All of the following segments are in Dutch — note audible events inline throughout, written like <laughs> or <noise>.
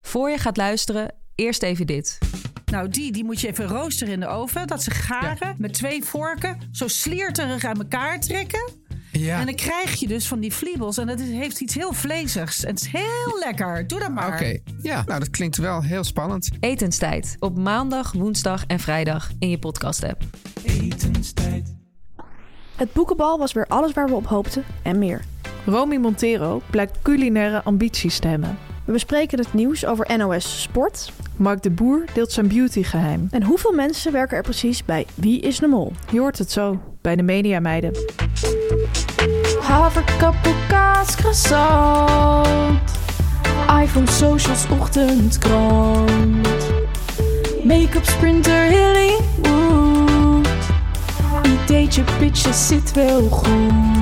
Voor je gaat luisteren, eerst even dit. Nou, die, die moet je even roosteren in de oven. Dat ze garen met twee vorken zo slierterig aan elkaar trekken. Ja. En dan krijg je dus van die vliebels. En dat is- heeft iets heel vleesigs. En het is heel lekker. Doe dat maar. Oké, ja, nou dat klinkt wel heel spannend. Etenstijd. Op maandag, woensdag en vrijdag in je podcast-app. Het boekenbal was weer alles waar we op hoopten en meer. Romy Montero blijkt culinaire ambities te hebben. We bespreken het nieuws over NOS Sport. Mark de Boer deelt zijn beautygeheim. En hoeveel mensen werken er precies bij Wie is de Mol? Je hoort het zo bij de Media Meiden. Haverkappel, kaas, croissant. iPhone, socials, ochtendkrant. Make-up, sprinter, Hillywood. Ideetje, pitje, zit wel goed.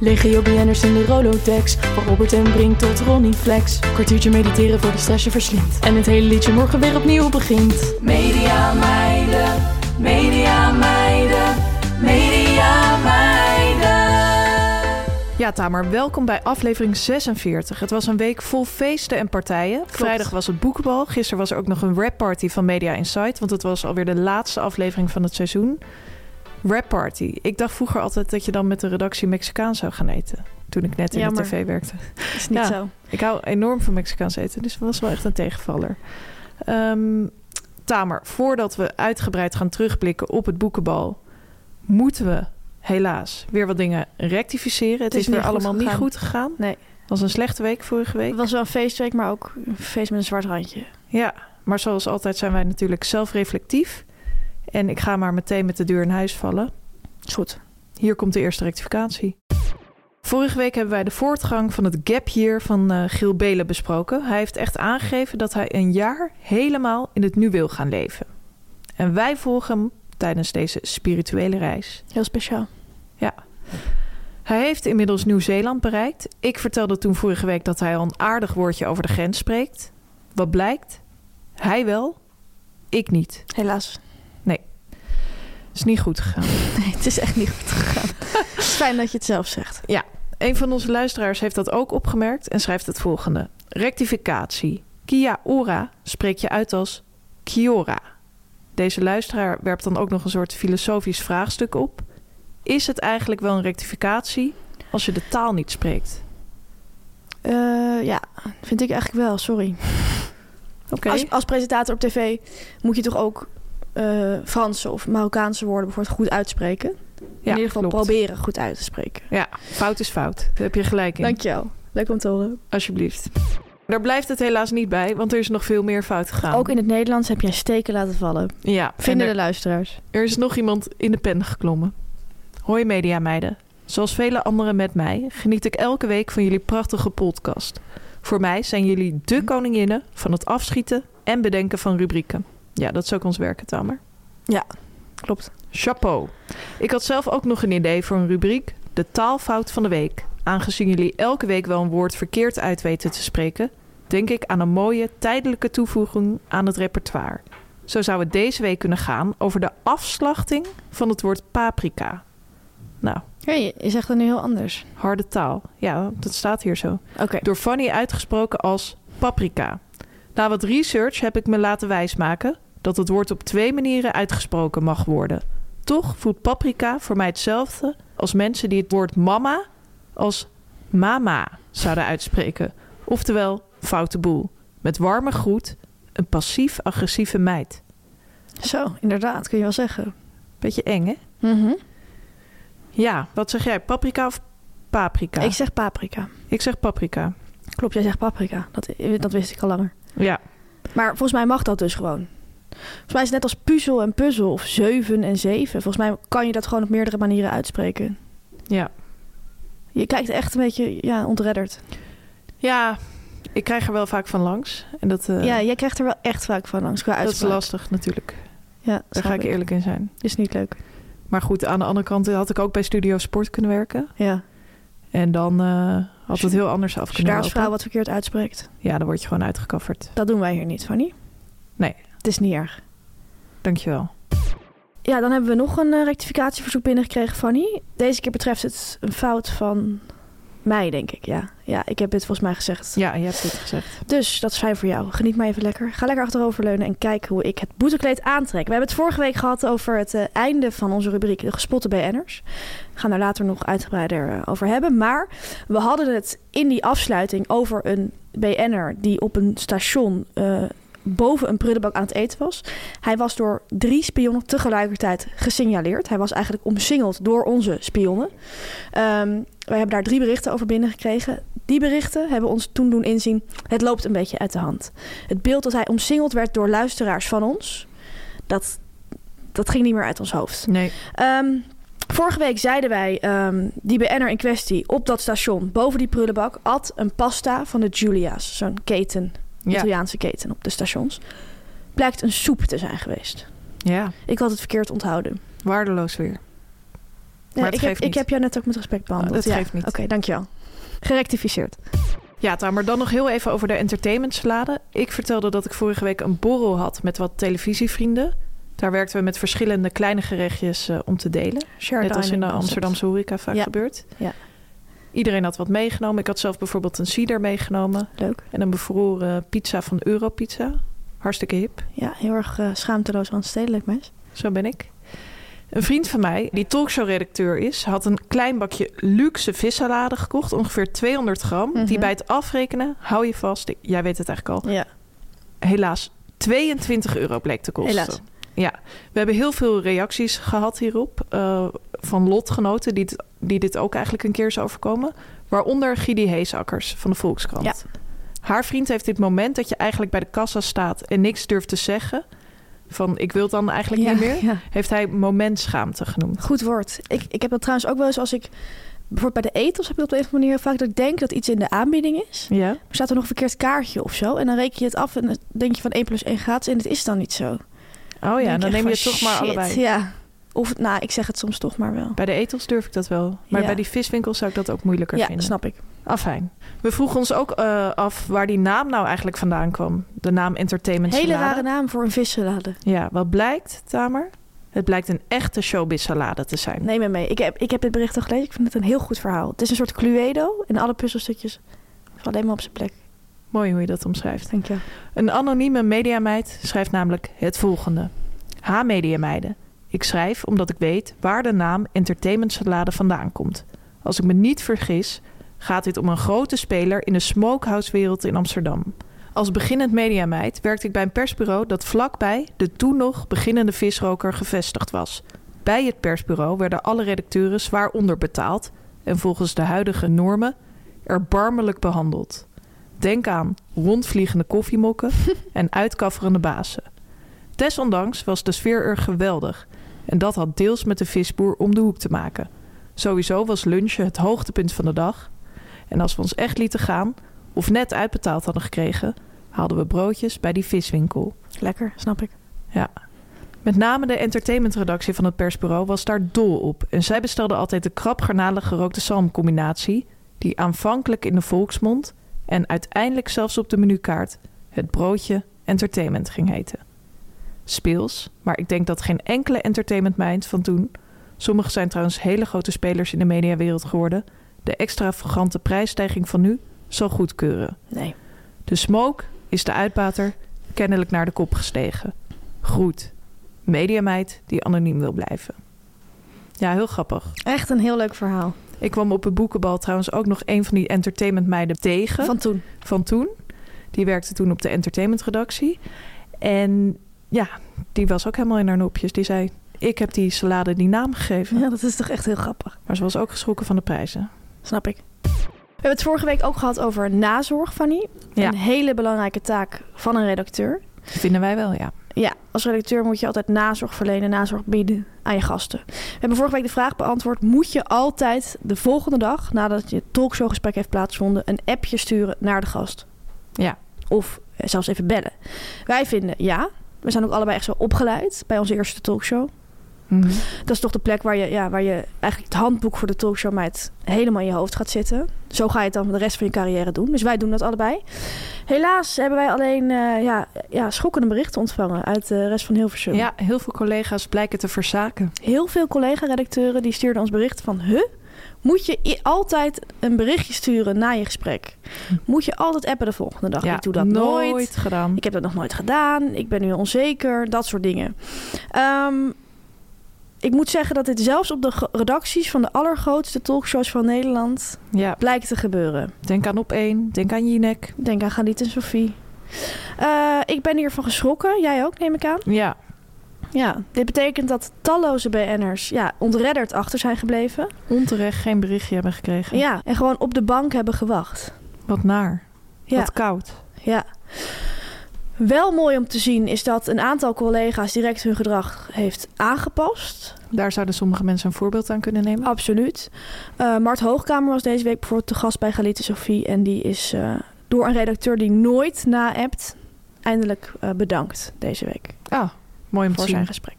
Legio BN'ers in de Rolodex. Van Robert en Brink tot Ronnie Flex. Kwartiertje mediteren voor de stress je verslindt. En het hele liedje morgen weer opnieuw begint. Media meiden, media meiden, media meiden. Ja, Tamer, welkom bij aflevering 46. Het was een week vol feesten en partijen. Vrijdag was het boekenbal. Gisteren was er ook nog een rap party van Media Insight. Want het was alweer de laatste aflevering van het seizoen. Rap party. Ik dacht vroeger altijd dat je dan met de redactie Mexicaan zou gaan eten. Toen ik net in Jammer. de tv werkte. Is niet Ja. zo. Ik hou enorm van Mexicaans eten, dus dat was wel echt een tegenvaller. Ehm, Tamer, voordat we uitgebreid gaan terugblikken op het boekenbal, moeten we helaas weer wat dingen rectificeren. Het is is, weer niet goed allemaal niet gegaan. goed gegaan. Nee. was een slechte week vorige week. Het was wel een feestweek, maar ook een feest met een zwart randje. Ja, maar zoals altijd zijn wij natuurlijk zelfreflectief. En ik ga maar meteen met de deur in huis vallen. Is goed. Hier komt de eerste rectificatie. Vorige week hebben wij de voortgang van het gap year van eh Giel Belen besproken. Hij heeft echt aangegeven dat hij een jaar helemaal in het nu wil gaan leven. En wij volgen hem tijdens deze spirituele reis. Heel speciaal. Ja. Hij heeft inmiddels Nieuw-Zeeland bereikt. Ik vertelde toen vorige week dat hij al een aardig woordje over de grens spreekt. Wat blijkt? Hij wel, ik niet. Helaas. Is niet goed gegaan. Nee, het is echt niet goed gegaan. <laughs> Het is Fijn dat je het zelf zegt. Een van onze luisteraars heeft dat ook opgemerkt en schrijft het volgende: Rectificatie. Kia ora spreek je uit als Kiora. Deze luisteraar werpt dan ook nog een soort filosofisch vraagstuk op. Is het eigenlijk wel een rectificatie als je de taal niet spreekt? Eh, ja, vind ik eigenlijk wel. Sorry. <laughs> Oké. Als, als presentator op tv moet je toch ook eh, Franse of Marokkaanse woorden bijvoorbeeld goed uitspreken. Ja, in ieder geval klopt. proberen goed uit te spreken. Ja, fout is fout. Daar heb je gelijk in. Dankjewel. Leuk om te horen. Alsjeblieft. Daar blijft het helaas niet bij, want er is nog veel meer fout gegaan. Ook in het Nederlands heb jij steken laten vallen. ja, en Vinden er- de luisteraars. Er is nog iemand in de pen geklommen. Hoi mediameiden. Zoals vele anderen met mij geniet ik elke week van jullie prachtige podcast. Voor mij zijn jullie de koninginnen van het afschieten en bedenken van rubrieken. Ja, dat is ook ons werken, Tamer. Ja, klopt. Chapeau. Ik had zelf ook nog een idee voor een rubriek. De taalfout van de week. Aangezien jullie elke week wel een woord verkeerd uit weten te spreken... denk ik aan een mooie tijdelijke toevoeging aan het repertoire. Zo zou het deze week kunnen gaan over de afslachting van het woord paprika. Nou, Hey, je zegt dat nu heel anders. harde taal. Ja, dat staat hier zo. Oké. Door Fanny uitgesproken als paprika. Na wat research heb ik me laten wijsmaken dat het woord op twee manieren uitgesproken mag worden. Toch voelt paprika voor mij hetzelfde als mensen die het woord mama als mama zouden uitspreken. Oftewel, foute boel. Met warme groet, een passief-agressieve meid. Zo, inderdaad, kun je wel zeggen. Beetje eng, hè? Mhm. Ja, wat zeg jij? Paprika of paprika? Ik zeg paprika. Ik zeg paprika. Klopt, jij zegt paprika. Dat, dat wist ik al langer. Ja. Maar volgens mij mag dat dus gewoon. Volgens mij is het net als puzzel en puzzel of zeven en zeven. Volgens mij kan je dat gewoon op meerdere manieren uitspreken. Ja. Je kijkt echt een beetje ja, ontredderd. Ja, ik krijg er wel vaak van langs. En dat, eh, ja, jij krijgt er wel echt vaak van langs qua dat is uitspraak. lastig natuurlijk. Ja, Daar snap ga ik eerlijk in zijn. Is niet leuk. Maar goed, aan de andere kant had ik ook bij Studio Sport kunnen werken. Ja. En dan eh, had Als het je- heel anders af Als je kunnen daar als lopen. vrouw wat verkeerd uitspreekt. Ja, dan word je gewoon uitgekafferd. Dat doen wij hier niet, Fanny. Nee. Het is niet erg. Dankjewel. Ja, dan hebben we nog een eh, rectificatieverzoek binnengekregen, Fanny. Deze keer betreft het een fout van mij, denk ik. Ja, ja ik heb dit volgens mij gezegd. Ja, je hebt het gezegd. Dus dat is fijn voor jou. Geniet maar even lekker. Ga lekker achteroverleunen en kijk hoe ik het boetekleed aantrek. We hebben het vorige week gehad over het eh, einde van onze rubriek De Gespotte BN'ers. We gaan daar later nog uitgebreider eh, over hebben. Maar we hadden het in die afsluiting over een BN'er die op een station eh, boven een prullenbak aan het eten was. Hij was door drie spionnen tegelijkertijd gesignaleerd. Hij was eigenlijk omsingeld door onze spionnen. Ehm we hebben daar drie berichten over binnengekregen. Die berichten hebben ons toen doen inzien... het loopt een beetje uit de hand. Het beeld dat hij omsingeld werd door luisteraars van ons... dat, dat ging niet meer uit ons hoofd. Nee. Ehm, vorige week zeiden wij, ehm, die BN'er in kwestie... op dat station, boven die prullenbak... at een pasta van de Giulia's. Zo'n keten, Ja. Italiaanse keten op de stations. Blijkt een soep te zijn geweest. ja, Ik had het verkeerd onthouden. waardeloos weer. Maar het ik, geeft heb, niet. ik heb jou net ook met respect behandeld. dat ja. geeft niet. Oké, dankjewel. Gerectificeerd. Ja, Tamer, dan nog heel even over de entertainment salade. Ik vertelde dat ik vorige week een borrel had met wat televisievrienden. Daar werkten we met verschillende kleine gerechtjes eh, om te delen. Shared Net als in de dining concept. Amsterdamse horeca vaak Ja. gebeurt. Ja. Iedereen had wat meegenomen. Ik had zelf bijvoorbeeld een cider meegenomen. Leuk. En een bevroren pizza van Europizza. Hartstikke hip. Ja, heel erg eh, schaamteloos randstedelijk meis. Zo ben ik. Een vriend van mij, die talkshow-redacteur is, had een klein bakje luxe vissalade gekocht. Ongeveer 200 gram. Die Mhm. bij het afrekenen, hou je vast, jij weet het eigenlijk al, Ja. helaas 22 euro bleek te kosten. Helaas. Ja, we hebben heel veel reacties gehad hierop eh, van lotgenoten die, het- die dit ook eigenlijk een keer is overkomen. Waaronder Gidi Heesakkers van de Volkskrant. Ja. Haar vriend heeft dit moment dat je eigenlijk bij de kassa staat en niks durft te zeggen. Van ik wil het dan eigenlijk Ja, niet meer. ja. Heeft hij momentschaamte genoemd. Goed woord. Ik, ik heb dat trouwens ook wel eens als ik... Bijvoorbeeld bij de etels heb ik dat op een of andere manier vaak... dat ik denk dat iets in de aanbieding is. Ja. Er staat er nog een verkeerd kaartje of zo. En dan reken je het af en dan denk je van 1 plus 1 gratis... en het is dan niet zo. Oh ja, denk dan echt neem je van, het toch maar shit, allebei. Ja. Of, nou, ik zeg het soms toch maar wel. Bij de etels durf ik dat wel. Maar Ja. bij die viswinkels zou ik dat ook moeilijker Ja, vinden. snap ik. Afijn. We vroegen ons ook eh, af waar die naam nou eigenlijk vandaan kwam. De naam Entertainment Hele Salade. rare naam voor een vissalade. Ja, wat blijkt, Tamer? Het blijkt een echte showbiz salade te zijn. Neem me mee. Ik heb, ik heb dit bericht al gelezen. Ik vind het een heel goed verhaal. Het is een soort Cluedo en alle puzzelstukjes vallen helemaal op zijn plek. Mooi hoe je dat omschrijft. Dank je. Een anonieme mediameid schrijft namelijk het volgende. Ha mediameiden. Ik schrijf omdat ik weet waar de naam Entertainment Salade vandaan komt. Als ik me niet vergis, gaat dit om een grote speler in de smokehouse-wereld in Amsterdam. Als beginnend mediameid werkte ik bij een persbureau dat vlakbij de toen nog beginnende visroker gevestigd was. Bij het persbureau werden alle redacteuren zwaar onderbetaald en volgens de huidige normen erbarmelijk behandeld. Denk aan rondvliegende koffiemokken en uitkafferende bazen. Desondanks was de sfeer er geweldig en dat had deels met de visboer om de hoek te maken. Sowieso was lunchen het hoogtepunt van de dag en als we ons echt lieten gaan of net uitbetaald hadden gekregen, haalden we broodjes bij die viswinkel. Lekker, snap ik. Ja. Met name de entertainmentredactie van het persbureau was daar dol op. En zij bestelde altijd de krap garnalen gerookte salmcombinatie... die aanvankelijk in de volksmond en uiteindelijk zelfs op de menukaart... het broodje entertainment ging heten. Speels, maar ik denk dat geen enkele entertainmentmeind van toen... sommige zijn trouwens hele grote spelers in de mediawereld geworden... de extravagante prijsstijging van nu zal goedkeuren. Nee. De smoke is de uitbater kennelijk naar de kop gestegen. Groet. Mediameid die anoniem wil blijven. Ja, heel grappig. Echt een heel leuk verhaal. Ik kwam op een boekenbal trouwens ook nog een van die entertainmentmeiden tegen. Van toen? Van toen. Die werkte toen op de entertainmentredactie. En ja, die was ook helemaal in haar nopjes. Die zei, ik heb die salade die naam gegeven. <laughs> Ja, dat is toch echt heel grappig. Maar ze was ook geschrokken van de prijzen. Snap ik. We hebben het vorige week ook gehad over nazorg, Fanny. Ja. Een hele belangrijke taak van een redacteur. Vinden wij wel, ja. Ja, als redacteur moet je altijd nazorg verlenen, nazorg bieden aan je gasten. We hebben vorige week de vraag beantwoord: moet je altijd de volgende dag nadat je het talkshowgesprek heeft plaatsgevonden, een appje sturen naar de gast? Ja. Of eh, zelfs even bellen? Wij vinden ja. We zijn ook allebei echt zo opgeleid bij onze eerste talkshow. Mhm. Dat is toch de plek waar je, ja, waar je eigenlijk het handboek voor de talkshowmeid helemaal in je hoofd gaat zitten. Zo ga je het dan de rest van je carrière doen. Dus wij doen dat allebei. Helaas hebben wij alleen eh, ja, ja, schokkende berichten ontvangen uit de rest van Hilversum. Ja, heel veel collega's blijken te verzaken. Heel veel collega-redacteuren die stuurden ons berichten van... Huh? Moet je i- altijd een berichtje sturen na je gesprek? Moet je altijd appen de volgende dag? ja, ik doe dat nooit. gedaan. Ik heb dat nog nooit gedaan. Ik ben nu onzeker. Dat soort dingen. Ehm, ik moet zeggen dat dit zelfs op de ge- redacties van de allergrootste talkshows van Nederland Ja, blijkt te gebeuren. denk aan op één, denk aan Jinek. Denk aan Galit en Sophie. Eh, ik ben hiervan geschrokken. Jij ook, neem ik aan. Ja, Ja, dit betekent dat talloze BN'ers ja, ontredderd achter zijn gebleven. onterecht geen berichtje hebben gekregen. Ja, en gewoon op de bank hebben gewacht. Wat naar, Ja. wat koud. Ja. Wel mooi om te zien is dat een aantal collega's direct hun gedrag heeft aangepast. Daar zouden sommige mensen een voorbeeld aan kunnen Oh, nemen. Absoluut. Eh, Mart Hoogkamer was deze week bijvoorbeeld te gast bij Galite Sophie. En die is eh, door een redacteur die nooit na-appt, eindelijk eh, bedankt deze week Ah, mooi om te voor zien. zijn gesprek.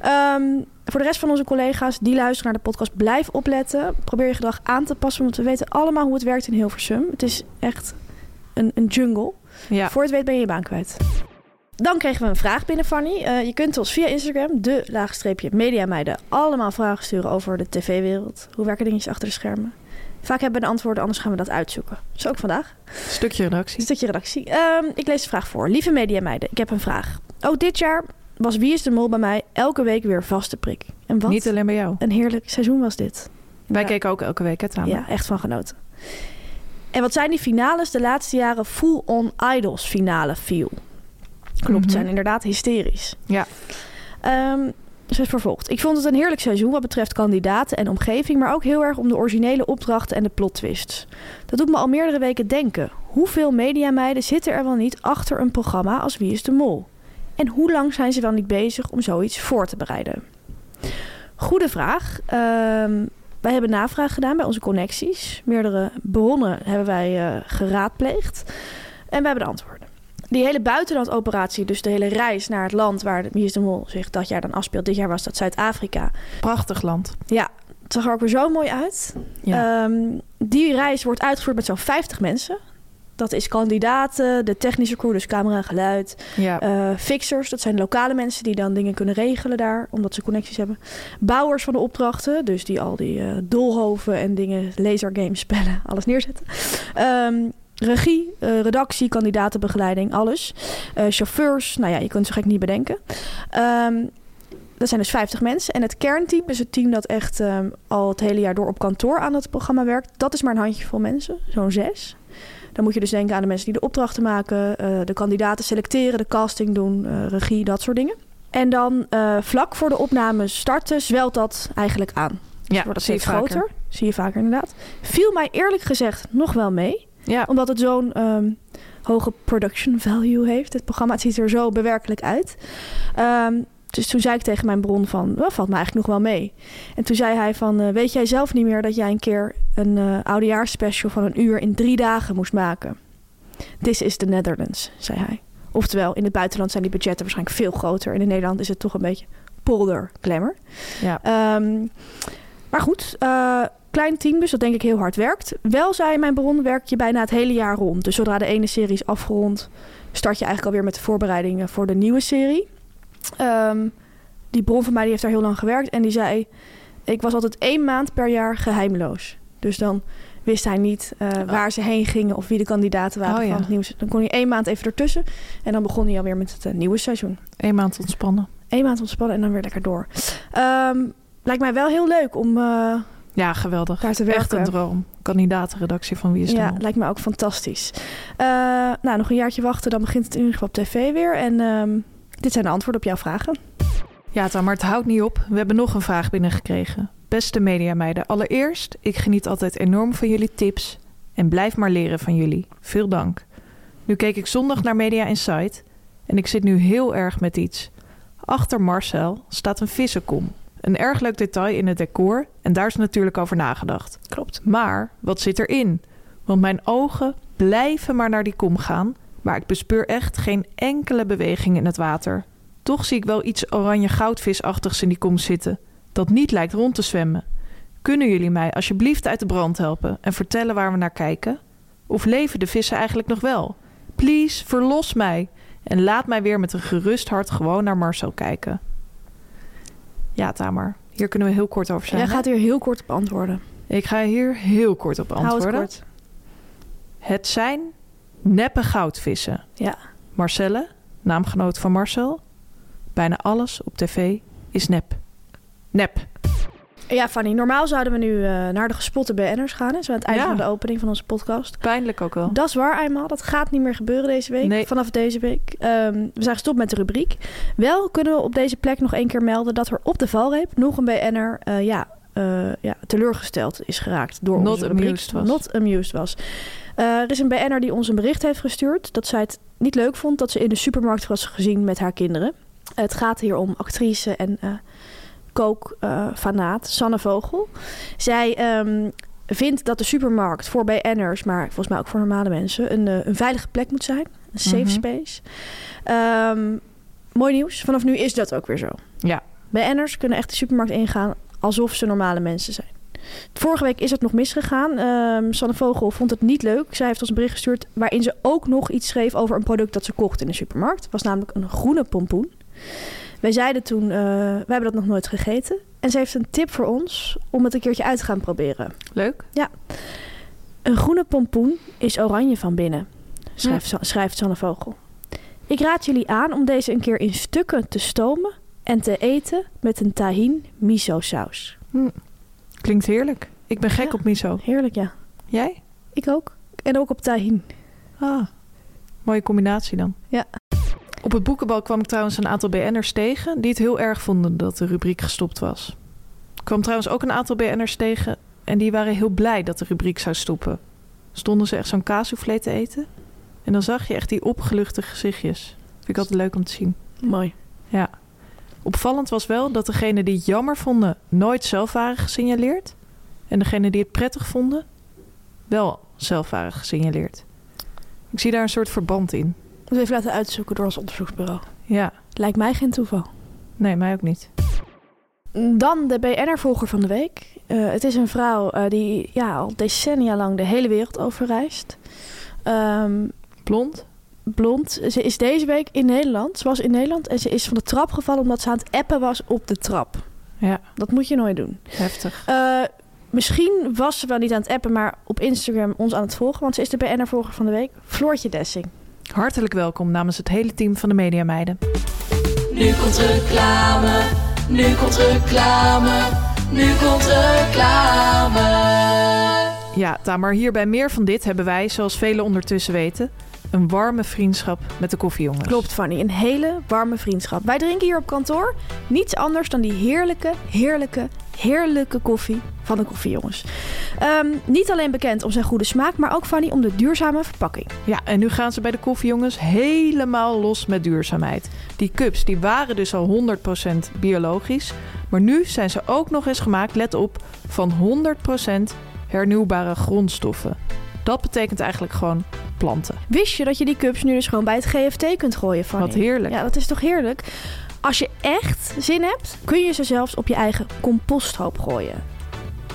Ehm, voor de rest van onze collega's die luisteren naar de podcast, blijf opletten. Probeer je gedrag aan te passen, want we weten allemaal hoe het werkt in Hilversum. Het is echt een, een jungle. Ja. Voor het weet ben je je baan kwijt. Dan kregen we een vraag binnen, Fanny. Eh, je kunt ons via Instagram, de laagstreepje mediameiden, allemaal vragen sturen over de tv-wereld. Hoe werken dingetjes achter de schermen? Vaak hebben we de antwoorden, anders gaan we dat uitzoeken. Zo ook vandaag. Stukje redactie. Stukje redactie. Ehm, ik lees de vraag voor. Lieve mediameiden, ik heb een vraag. Ook dit jaar was Wie is de Mol bij mij elke week weer vaste prik. En wat Niet alleen bij jou. een heerlijk seizoen was dit. Wij Ja. keken ook elke week hè, samen. Ja, echt van genoten. En wat zijn die finales de laatste jaren full-on idols finale feel? Klopt, Mhm. zijn inderdaad hysterisch. Ja. Ehm, ze vervolgt. Ik vond het een heerlijk seizoen wat betreft kandidaten en omgeving, maar ook heel erg om de originele opdrachten en de plot twists. Dat doet me al meerdere weken denken. Hoeveel mediameiden zitten er wel niet achter een programma als Wie is de Mol? En hoe lang zijn ze wel niet bezig om zoiets voor te bereiden? Goede vraag. Ehm, wij hebben navraag gedaan bij onze connecties. Meerdere bronnen hebben wij eh, geraadpleegd. En we hebben de antwoorden. Die hele buitenlandoperatie, dus de hele reis naar het land waar de Wie is de Mol zich dat jaar dan afspeelt. Dit jaar was dat Zuid-Afrika. Prachtig land. Ja, het zag er ook weer zo mooi uit. Ja. Ehm, die reis wordt uitgevoerd met zo'n 50 mensen. Dat is kandidaten, de technische crew, dus camera en geluid. Ja. Eh, fixers, dat zijn lokale mensen die dan dingen kunnen regelen daar, omdat ze connecties hebben. Bouwers van de opdrachten, dus die al die eh, doolhoven en dingen, lasergames, spellen, <laughs> alles neerzetten. Ehm, regie, eh, redactie, kandidatenbegeleiding, alles. Eh, chauffeurs, nou ja, je kunt ze gek niet bedenken. Ehm, dat zijn dus 50 mensen. En het kernteam is het team dat echt ehm, al het hele jaar door op kantoor aan het programma werkt. Dat is maar een handjevol mensen, zo'n zes. Dan moet je dus denken aan de mensen die de opdrachten maken, eh, de kandidaten selecteren, de casting doen, eh, regie, dat soort dingen. En dan eh, vlak voor de opname starten, zwelt dat eigenlijk aan. ja, dus Wordt dat zie je steeds vaker. groter. Zie je vaker inderdaad. Viel mij eerlijk gezegd nog wel mee. Ja, Omdat het zo'n ehm, hoge production value heeft. Het programma het ziet er zo bewerkelijk uit. Ehm, dus toen zei ik tegen mijn bron van, "Wel, valt me eigenlijk nog wel mee. En toen zei hij van, eh, weet jij zelf niet meer dat jij een keer een eh oudejaarsspecial van een uur in drie dagen moest maken? This is the Netherlands, zei hij. Oftewel, in het buitenland zijn die budgetten waarschijnlijk veel groter. En in Nederland is het toch een beetje polderklemmer. ja. Ehm, maar goed, eh, klein team dus, dat denk ik heel hard werkt. Wel, zei mijn bron, werk je bijna het hele jaar rond. Dus zodra de ene serie is afgerond, start je eigenlijk alweer met de voorbereidingen voor de nieuwe serie. Ehm, die bron van mij die heeft daar heel lang gewerkt en die zei... Ik was altijd één maand per jaar geheimloos. Dus dan wist hij niet eh, waar ze heen gingen of wie de kandidaten waren Oh ja. van het nieuws. Dan kon hij één maand even ertussen en dan begon hij alweer met het eh, nieuwe seizoen. Eén maand ontspannen. Eén maand ontspannen en dan weer lekker door. Ehm, lijkt mij wel heel leuk om eh, Ja, geweldig. Daar te Echt werken. een droom. Kandidatenredactie van Wie is de ja, Mol. lijkt me ook fantastisch. Eh, nou, nog een jaartje wachten, dan begint het in ieder geval op tv weer. En ehm, dit zijn de antwoorden op jouw vragen. Ja, Tamar, maar het houdt niet op. We hebben nog een vraag binnengekregen. Beste mediameiden, allereerst, ik geniet altijd enorm van jullie tips en blijf maar leren van jullie. Veel dank. Nu keek ik zondag naar Media Insight en ik zit nu heel erg met iets. Achter Marcel staat een vissenkom. Een erg leuk detail in het decor en daar is natuurlijk over nagedacht. Klopt. Maar wat zit erin? Want mijn ogen blijven maar naar die kom gaan, maar ik bespeur echt geen enkele beweging in het water. Toch zie ik wel iets oranje goudvisachtigs in die kom zitten, dat niet lijkt rond te zwemmen. Kunnen jullie mij alsjeblieft uit de brand helpen en vertellen waar we naar kijken? Of leven de vissen eigenlijk nog wel? Please, verlos mij en laat mij weer met een gerust hart gewoon naar Marcel kijken. Ja, Tamar, hier kunnen we heel kort over zijn. Jij hè? gaat hier heel kort op antwoorden. Ik ga hier heel kort op Hou het antwoorden. kort. Het zijn neppe goudvissen. Ja. Marcelle, naamgenoot van Marcel. Bijna alles op tv is nep. Nep. Ja, Fanny, normaal zouden we nu eh, naar de gespotte BN'ers gaan. Hè? Zo aan het einde Ja. van de opening van onze podcast. Pijnlijk ook wel. Dat is waar eenmaal. Dat gaat niet meer gebeuren deze week. Nee. Vanaf deze week. Ehm, we zijn gestopt met de rubriek. Wel kunnen we op deze plek nog één keer melden... dat er op de valreep nog een BN'er eh, ja, eh, ja, teleurgesteld is geraakt... door Not onze rubriek. amused was. Not amused was. Eh, er is een BN'er die ons een bericht heeft gestuurd... dat zij het niet leuk vond dat ze in de supermarkt was gezien met haar kinderen. Het gaat hier om actrice en eh kookfanaat Sanne Vogel. Zij ehm, vindt dat de supermarkt voor BN'ers, maar volgens mij ook voor normale mensen, een, eh, een veilige plek moet zijn. Een safe Mhm. space. Ehm, mooi nieuws. Vanaf nu is dat ook weer zo. Ja. BN'ers kunnen echt de supermarkt ingaan alsof ze normale mensen zijn. Vorige week is het nog misgegaan. Ehm Sanne Vogel vond het niet leuk. Zij heeft ons een bericht gestuurd waarin ze ook nog iets schreef over een product dat ze kocht in de supermarkt. Het was namelijk een groene pompoen. Wij zeiden toen, eh, wij hebben dat nog nooit gegeten. En ze heeft een tip voor ons om het een keertje uit te gaan proberen. Leuk. Een groene pompoen is oranje van binnen, schrijft, Sa- schrijft Sanne Vogel. Ik raad jullie aan om deze een keer in stukken te stomen en te eten met een tahin miso saus. Klinkt heerlijk. Ik ben gek Ja. op miso. Heerlijk, ja. Jij? Ik ook. En ook op tahin. Ah, mooie combinatie dan. Ja. Op het boekenbal kwam ik trouwens een aantal BN'ers tegen... die het heel erg vonden dat de rubriek gestopt was. Ik kwam trouwens ook een aantal BN'ers tegen... en die waren heel blij dat de rubriek zou stoppen. Stonden ze echt zo'n kaassoufflé te eten... en dan zag je echt die opgeluchte gezichtjes. Vind ik altijd leuk om te zien. Mooi. Ja. Opvallend was wel dat degenen die het jammer vonden... nooit zelf waren gesignaleerd... en degenen die het prettig vonden... wel zelf waren gesignaleerd. Ik zie daar een soort verband in. Moeten we even laten uitzoeken door ons onderzoeksbureau. Ja, Lijkt mij geen toeval. nee, mij ook niet. Dan de BNR-volger van de week. Eh, het is een vrouw eh, die ja, al decennia lang de hele wereld over reist. Ehm, Blond? blond. Ze is deze week in Nederland. Ze was in Nederland en ze is van de trap gevallen omdat ze aan het appen was op de trap. Ja. Dat moet je nooit doen. Heftig. Eh, misschien was ze wel niet aan het appen, maar op Instagram ons aan het volgen. Want ze is de BNR-volger van de week. Floortje Dessing. Hartelijk welkom namens het hele team van de Media Meiden. Nu komt reclame, nu komt reclame, nu komt reclame. Ja, Tamar, hier bij meer van dit hebben wij, zoals velen ondertussen weten, een warme vriendschap met de koffiejongens. Klopt, Fanny. Een hele warme vriendschap. Wij drinken hier op kantoor niets anders dan die heerlijke, heerlijke, heerlijke koffie van de koffiejongens. Ehm, niet alleen bekend om zijn goede smaak, maar ook, Fanny, om de duurzame verpakking. Ja, en nu gaan ze bij de koffiejongens helemaal los met duurzaamheid. Die cups, die waren dus al 100% biologisch, maar nu zijn ze ook nog eens gemaakt, let op, van 100% hernieuwbare grondstoffen. Dat betekent eigenlijk gewoon planten. Wist je dat je die cups nu dus gewoon bij het GFT kunt gooien, Fanny? Wat heerlijk. Ja, dat is toch heerlijk? Als je echt zin hebt, kun je ze zelfs op je eigen composthoop gooien.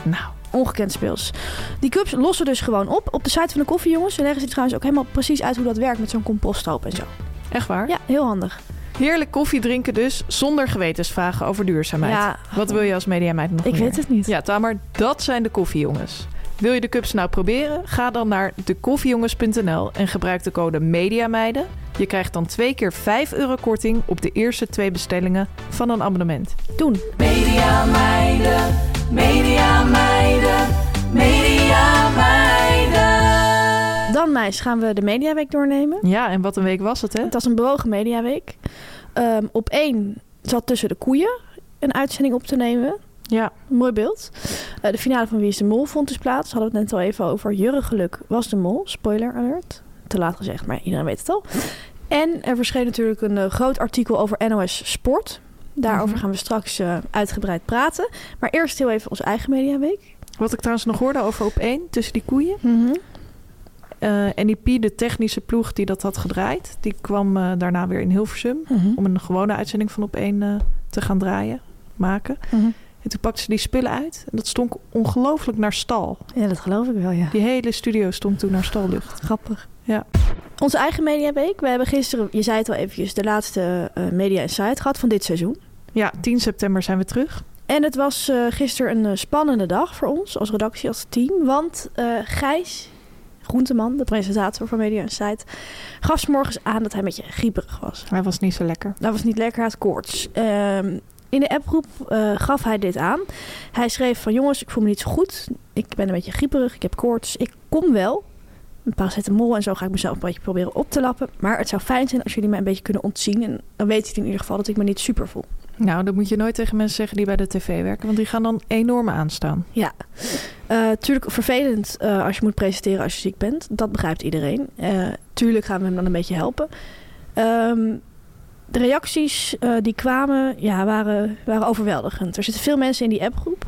Nou, Ongekend speels. Die cups lossen dus gewoon op. Op de site van de koffiejongens leggen ze trouwens ook helemaal precies uit hoe dat werkt met zo'n composthoop en zo. echt waar? Ja, heel handig. Heerlijk koffie drinken dus, zonder gewetensvragen over duurzaamheid. Ja. Wat wil je als mediameid nog Ik meer? weet het niet. Ja, Tamer, dat zijn de koffiejongens. Wil je de cups nou proberen? Ga dan naar dekoffiejongens.nl en gebruik de code MEDIAMEIDEN. Je krijgt dan twee keer 5 euro korting op de eerste twee bestellingen van een abonnement. Doen. Media meiden, media meiden. Dan, meis, gaan we de Mediaweek doornemen. Ja, en wat een week was het, hè? Het was een bewogen Mediaweek. Ehm, op één zat tussen de koeien een uitzending op te nemen. Ja. Mooi beeld. Eh, de finale van Wie is de Mol vond dus plaats. Hadden we het net al even over. Jurre Geluk was de Mol. Spoiler alert. Te laat gezegd, maar iedereen weet het al. En er verscheen natuurlijk een eh, groot artikel over NOS Sport. Daarover Mhm. gaan we straks eh, uitgebreid praten. Maar eerst heel even onze eigen Mediaweek. Wat ik trouwens nog hoorde over op één, tussen die koeien. Eh NEP, de technische ploeg die dat had gedraaid, die kwam eh, daarna weer in Hilversum. Mhm. Om een gewone uitzending van op één eh, te gaan draaien, maken. Mhm. En toen pakte ze die spullen uit. En dat stonk ongelooflijk naar stal. Ja, dat geloof ik wel, ja. Die hele studio stond toen naar stallucht. Grappig. Ja. Onze eigen Mediaweek. We hebben gisteren, je zei het al eventjes, de laatste eh, Media Insight gehad van dit seizoen. Ja, 10 september zijn we terug. En het was eh, gisteren een eh, spannende dag voor ons als redactie, als team. Want eh, Gijs Groenteman, de presentator van Media Insight, gaf 's morgens aan dat hij een beetje grieperig was. Hij was niet zo lekker. Dat was niet lekker, hij had koorts. Ehm, in de appgroep eh, gaf hij dit aan. Hij schreef van jongens, ik voel me niet zo goed. Ik ben een beetje grieperig, ik heb koorts. Ik kom wel. Een paracetamol en zo ga ik mezelf een beetje proberen op te lappen. Maar het zou fijn zijn als jullie mij een beetje kunnen ontzien. En dan weet je in ieder geval dat ik me niet super voel. Nou, dat moet je nooit tegen mensen zeggen die bij de tv werken. Want die gaan dan enorm aanstaan. Ja, Eh, tuurlijk vervelend eh, als je moet presenteren als je ziek bent. Dat begrijpt iedereen. Eh, tuurlijk gaan we hem dan een beetje helpen. Ehm, de reacties eh, die kwamen ja, waren, waren overweldigend. Er zitten veel mensen in die appgroep.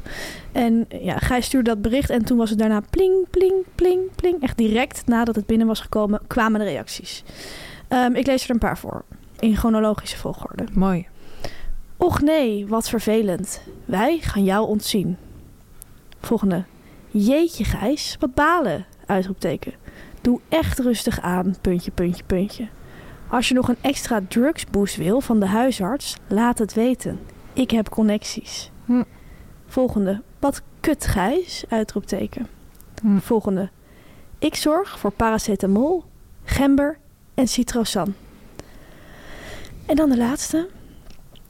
En ja, Gijs stuurde dat bericht en toen was het daarna pling, pling, pling, pling. Echt direct nadat het binnen was gekomen kwamen de reacties. Ehm, ik lees er een paar voor. In chronologische volgorde. Mooi. Och nee, wat vervelend. Wij gaan jou ontzien. Volgende. Jeetje Gijs, wat balen. Uitroepteken. Doe echt rustig aan, puntje, puntje, puntje. Als je nog een extra drugsboost wil van de huisarts, laat het weten. Ik heb connecties. Hm. Volgende. Wat kut Gijs, uitroepteken. Hm. Volgende. Ik zorg voor paracetamol, gember en citrosan. En dan de laatste.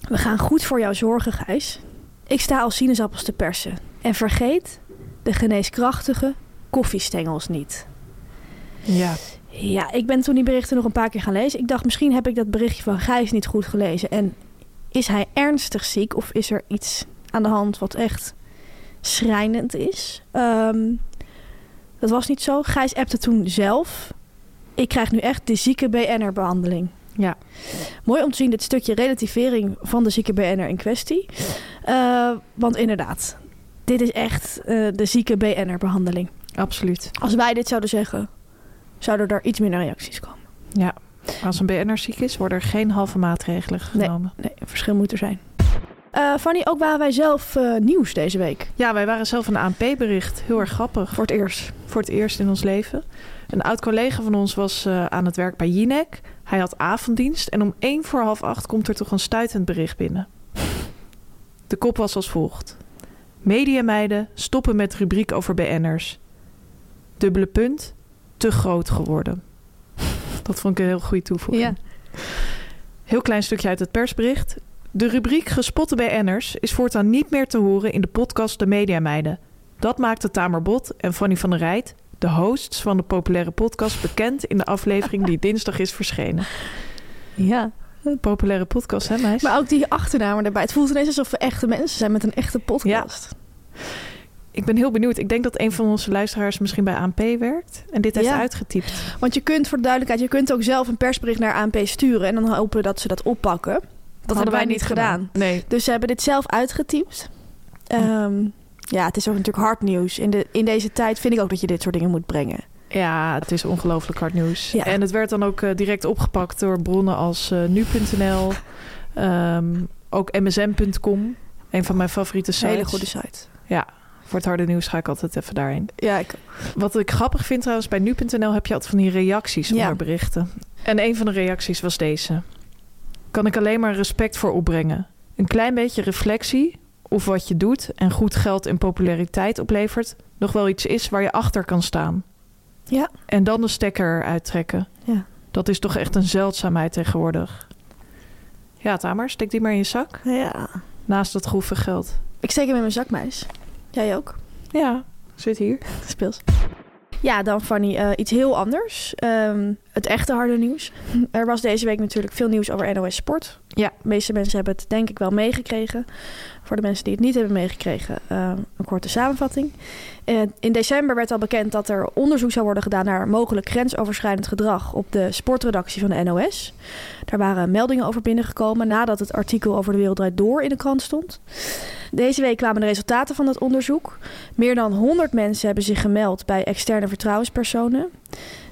We gaan goed voor jou zorgen, Gijs. Ik sta al sinaasappels te persen. En vergeet de geneeskrachtige koffiestengels niet. Ja. Ja, ik ben toen die berichten nog een paar keer gaan lezen. Ik dacht, misschien heb ik dat berichtje van Gijs niet goed gelezen. En is hij ernstig ziek of is er iets aan de hand wat echt schrijnend is? Ehm, dat was niet zo. Gijs appte toen zelf. Ik krijg nu echt de zieke BNR-behandeling. Ja. Mooi om te zien dit stukje relativering van de zieke BN'er in kwestie. Eh, want inderdaad, dit is echt eh, de zieke BN'er-behandeling. Absoluut. Als wij dit zouden zeggen, zouden er iets minder reacties komen. Ja. Als een BN'er ziek is, worden er geen halve maatregelen genomen. Nee, een verschil moet er zijn. Eh, Fanny, ook waren wij zelf eh, nieuws deze week. Ja, wij waren zelf een ANP-bericht. Heel erg grappig. Voor het eerst. Voor het eerst in ons leven. Een oud collega van ons was eh, aan het werk bij Jinek. Hij had avonddienst. En om één voor half acht komt er toch een stuitend bericht binnen. De kop was als volgt. Mediameiden stoppen met rubriek over BN'ers. Dubbele punt. Te groot geworden. <laughs> Dat vond ik een heel goede toevoeging. Ja. Heel klein stukje uit het persbericht. De rubriek Gespotten bij Enners is voortaan niet meer te horen in de podcast De Media Meiden. Dat maakte Tamer Bot en Fanny van der Rijt, de hosts van de populaire podcast, bekend in de aflevering die dinsdag is verschenen. Ja. Een populaire podcast, hè, meis? Maar ook die achternamen erbij. Het voelt ineens alsof we echte mensen zijn met een echte podcast. Ik ben heel benieuwd. Ik denk dat een van onze luisteraars misschien bij ANP werkt en dit heeft Ja. uitgetypt. Want je kunt voor de duidelijkheid, je kunt ook zelf een persbericht naar ANP sturen en dan hopen dat ze dat oppakken. Dat, hadden wij niet gedaan. Nee. Dus ze hebben dit zelf uitgetypt. Ehm, ja, het is ook natuurlijk hard nieuws. In, de, in deze tijd vind ik ook dat je dit soort dingen moet brengen. Ja, het is ongelooflijk hard nieuws. Ja. En het werd dan ook eh, direct opgepakt door bronnen als eh, nu.nl, ehm, ook msm.com, een van mijn favoriete Een sites. hele goede site. Ja, voor het harde nieuws ga ik altijd even daarheen. Ja, ik, Wat ik grappig vind trouwens, bij nu.nl heb je altijd van die reacties Ja. onder berichten. En een van de reacties was deze. Kan ik alleen maar respect voor opbrengen. Een klein beetje reflectie of wat je doet en goed geld en populariteit oplevert... nog wel iets is waar je achter kan staan. ja. En dan de stekker eruit trekken. Ja. Dat is toch echt een zeldzaamheid tegenwoordig. Ja, Tamer, steek die maar in je zak. ja. Naast dat groeve geld. Ik steek hem in mijn zakmuis. Jij ook. Ja, zit hier. Speels. Ja, dan Fanny, eh, iets heel anders. Ehm, het echte harde nieuws. <laughs> Er was deze week natuurlijk veel nieuws over NOS Sport. Ja. De meeste mensen hebben het denk ik wel meegekregen. Voor de mensen die het niet hebben meegekregen, eh, een korte samenvatting. Eh, in december werd al bekend dat er onderzoek zou worden gedaan naar mogelijk grensoverschrijdend gedrag op de sportredactie van de NOS. Daar waren meldingen over binnengekomen nadat het artikel over de wereld Draait door in de krant stond. Deze week kwamen de resultaten van dat onderzoek. Meer dan 100 mensen hebben zich gemeld bij externe vertrouwenspersonen.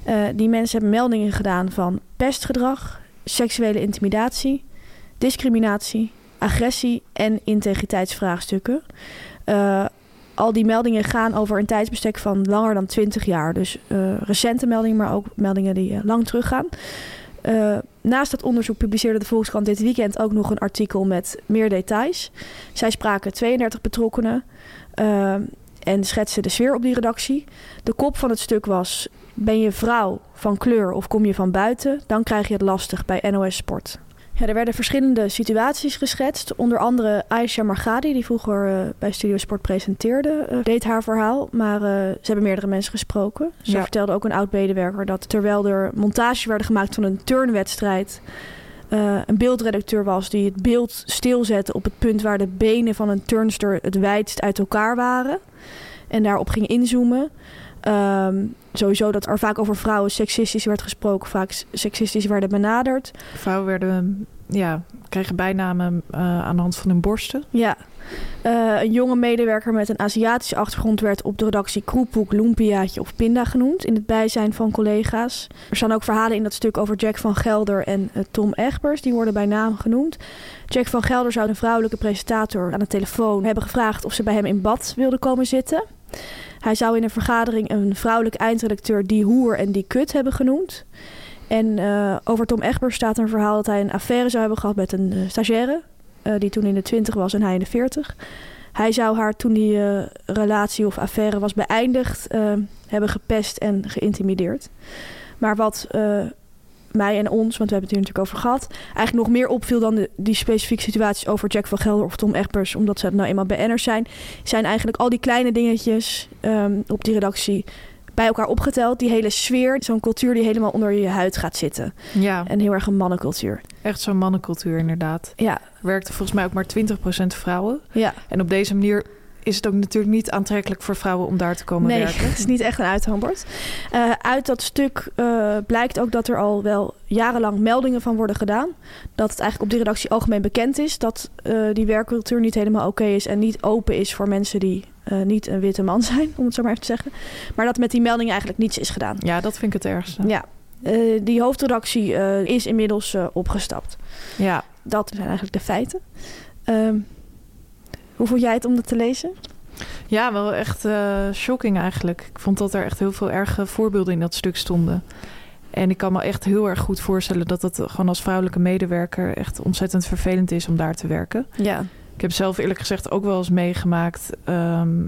Eh, die mensen hebben meldingen gedaan van pestgedrag, seksuele intimidatie, discriminatie, agressie en integriteitsvraagstukken. Eh, al die meldingen gaan over een tijdsbestek van langer dan 20 jaar. Dus eh, recente meldingen, maar ook meldingen die eh, lang teruggaan. Eh, naast dat onderzoek publiceerde de Volkskrant dit weekend ook nog een artikel met meer details. Zij spraken 32 betrokkenen eh, en schetsten de sfeer op die redactie. De kop van het stuk was: Ben je vrouw van kleur of kom je van buiten? Dan krijg je het lastig bij NOS Sport. Ja, er werden verschillende situaties geschetst. Onder andere Aisha Margadi, die vroeger eh, bij Studio Sport presenteerde, eh, deed haar verhaal. Maar eh, ze hebben meerdere mensen gesproken. Ze Ja. vertelde ook een oud-medewerker dat terwijl er montages werden gemaakt van een turnwedstrijd... eh, een beeldredacteur was die het beeld stilzette op het punt waar de benen van een turnster het wijdst uit elkaar waren. En daarop ging inzoomen. Ehm, sowieso dat er vaak over vrouwen seksistisch werd gesproken, vaak s- seksistisch werden benaderd. Vrouwen werden, ja, kregen bijnamen eh, aan de hand van hun borsten. Ja. Eh, een jonge medewerker met een Aziatische achtergrond werd op de redactie Kroephoek, Lumpiaatje of Pinda genoemd. In het bijzijn van collega's. Er staan ook verhalen in dat stuk over Jack van Gelder en eh, Tom Egbers. Die worden bij naam genoemd. Jack van Gelder zou een vrouwelijke presentator aan de telefoon hebben gevraagd of ze bij hem in bad wilde komen zitten. Hij zou in een vergadering een vrouwelijke eindredacteur die hoer en die kut hebben genoemd. En eh, over Tom Egbers staat een verhaal dat hij een affaire zou hebben gehad met een eh, stagiaire. eh, die toen in de 20 was en hij in de 40. Hij zou haar toen die eh, relatie of affaire was beëindigd eh, hebben gepest en geïntimideerd. Maar wat eh, mij en ons, want we hebben het hier natuurlijk over gehad, eigenlijk nog meer opviel dan de, die specifieke situaties over Jack van Gelder of Tom Egbers, omdat ze het nou eenmaal BN'ers zijn, zijn eigenlijk al die kleine dingetjes ehm, op die redactie bij elkaar opgeteld. Die hele sfeer, zo'n cultuur die helemaal onder je huid gaat zitten. Ja, En heel erg een mannencultuur. echt zo'n mannencultuur inderdaad. Ja, Er werkten volgens mij ook maar 20% vrouwen. ja. En op deze manier is het ook natuurlijk niet aantrekkelijk voor vrouwen om daar te komen nee, werken. het is niet echt een uithangbord. Eh, uit dat stuk eh, blijkt ook dat er al wel jarenlang meldingen van worden gedaan. Dat het eigenlijk op die redactie algemeen bekend is dat eh, die werkcultuur niet helemaal oké is en niet open is voor mensen die eh, niet een witte man <laughs> zijn, om het zo maar even te zeggen. Maar dat met die meldingen eigenlijk niets is gedaan. Ja, dat vind ik het ergste. Ja, Eh, die hoofdredactie eh, is inmiddels eh, opgestapt. Ja. Dat zijn eigenlijk de feiten. Ehm, hoe vond jij het om dat te lezen? Ja, wel echt eh, shocking eigenlijk. Ik vond dat er echt heel veel erge voorbeelden in dat stuk stonden. En ik kan me echt heel erg goed voorstellen dat het gewoon als vrouwelijke medewerker echt ontzettend vervelend is om daar te werken. Ja. Ik heb zelf eerlijk gezegd ook wel eens meegemaakt ehm,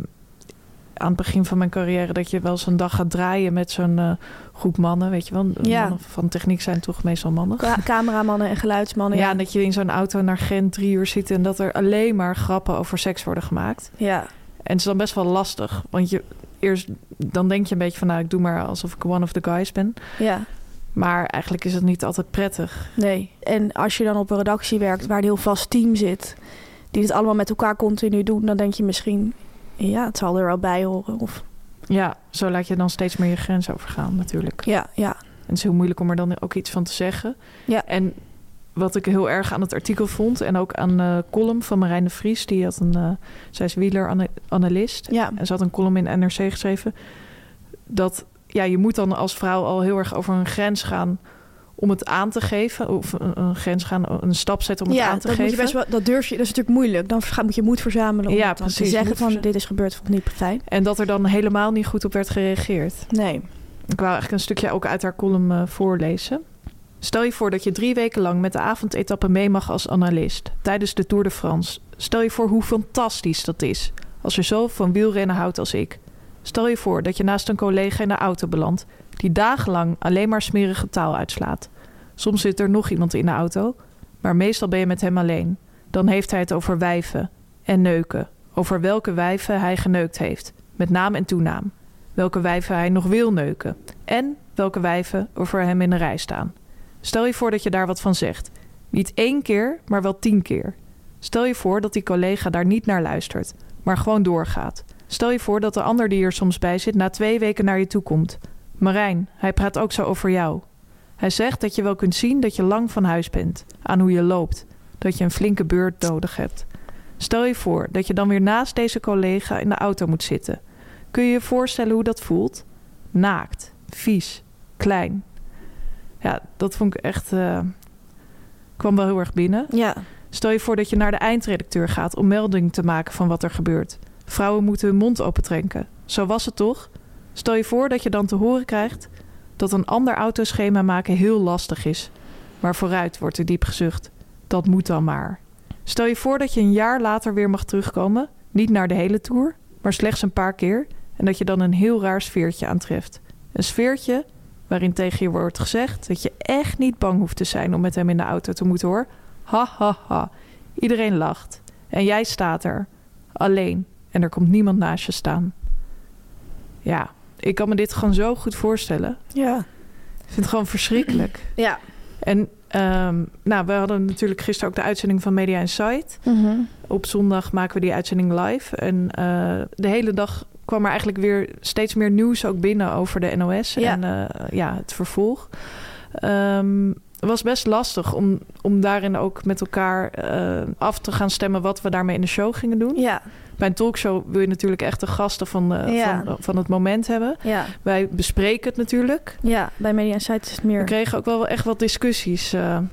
aan het begin van mijn carrière dat je wel eens een dag gaat draaien met zo'n eh, groep mannen, weet je wel. Ja. Mannen van techniek zijn toch meestal mannen. cameramannen en geluidsmannen. Ja, en dat je in zo'n auto naar Gent drie uur zit en dat er alleen maar grappen over seks worden gemaakt. ja. En het is dan best wel lastig. Want je, eerst dan denk je een beetje van nou, ik doe maar alsof ik one of the guys ben. ja. Maar eigenlijk is het niet altijd prettig. Nee. En als je dan op een redactie werkt waar een heel vast team zit, die het allemaal met elkaar continu doen, dan denk je misschien, ja, het zal er wel bij horen. Of Ja, zo laat je dan steeds meer je grens overgaan natuurlijk. ja, ja, En het is heel moeilijk om er dan ook iets van te zeggen. Ja. En wat ik heel erg aan het artikel vond en ook aan de column van Marijn de Vries, die had een, eh, zij is wieler-analyst. ja, En ze had een column in NRC geschreven. Dat ja, je moet dan als vrouw al heel erg over een grens gaan om het aan te geven. Of een, een grens gaan, een stap zetten om het ja. aan te Dat, moet geven. je best wel, dat durf je. Dat is natuurlijk moeilijk. Dan verga- moet je moed verzamelen om Ja, het dan precies. te zeggen Moed van verzamelen. dit is gebeurd, vond ik niet fijn. En dat er dan helemaal niet goed op werd gereageerd. Nee. Ik wou eigenlijk een stukje ook uit haar column eh, voorlezen. Stel je voor dat je drie weken lang met de avondetappe mee mag als analist tijdens de Tour de France. Stel je voor hoe fantastisch dat is als je zo van wielrennen houdt als ik. Stel je voor dat je naast een collega in de auto belandt die dagenlang alleen maar smerige taal uitslaat. Soms zit er nog iemand in de auto, maar meestal ben je met hem alleen. Dan heeft hij het over wijven en neuken, over welke wijven hij geneukt heeft, met naam en toenaam. welke wijven hij nog wil neuken en welke wijven er voor hem in de rij staan. Stel je voor dat je daar wat van zegt. Niet één keer, maar wel tien keer. Stel je voor dat die collega daar niet naar luistert, maar gewoon doorgaat. Stel je voor dat de ander die er soms bij zit na twee weken naar je toe komt. Marijn, hij praat ook zo over jou. Hij zegt dat je wel kunt zien dat je lang van huis bent, aan hoe je loopt, dat je een flinke beurt nodig hebt. Stel je voor dat je dan weer naast deze collega in de auto moet zitten. Kun je je voorstellen hoe dat voelt? Naakt, vies, klein. Ja, dat vond ik echt. eh, kwam wel heel erg binnen. Ja. Stel je voor dat je naar de eindredacteur gaat om melding te maken van wat er gebeurt. Vrouwen moeten hun mond opentrekken. Zo was het toch? Stel je voor dat je dan te horen krijgt dat een ander autoschema maken heel lastig is. Maar vooruit wordt er diep gezucht. Dat moet dan maar. Stel je voor dat je een jaar later weer mag terugkomen. Niet naar de hele tour, maar slechts een paar keer. En dat je dan een heel raar sfeertje aantreft. Een sfeertje waarin tegen je wordt gezegd dat je echt niet bang hoeft te zijn om met hem in de auto te moeten hoor. Ha ha ha. Iedereen lacht. En jij staat er. Alleen. En er komt niemand naast je staan. Ja, ik kan me dit gewoon zo goed voorstellen. Ja. Ik vind het gewoon verschrikkelijk. Ja. En ehm, nou, we hadden natuurlijk gisteren ook de uitzending van Media Insight. Mhm. Op zondag maken we die uitzending live. En eh, de hele dag kwam er eigenlijk weer steeds meer nieuws ook binnen over de NOS Ja. en eh, ja, het vervolg. Ehm, het was best lastig om, om daarin ook met elkaar eh, af te gaan stemmen wat we daarmee in de show gingen doen. Ja. Bij een talkshow wil je natuurlijk echt de gasten van, eh, Ja. van, van het moment hebben. Ja. Wij bespreken het natuurlijk. Ja, bij Media Insight is het meer. We kregen ook wel echt wat discussies eh, tijdens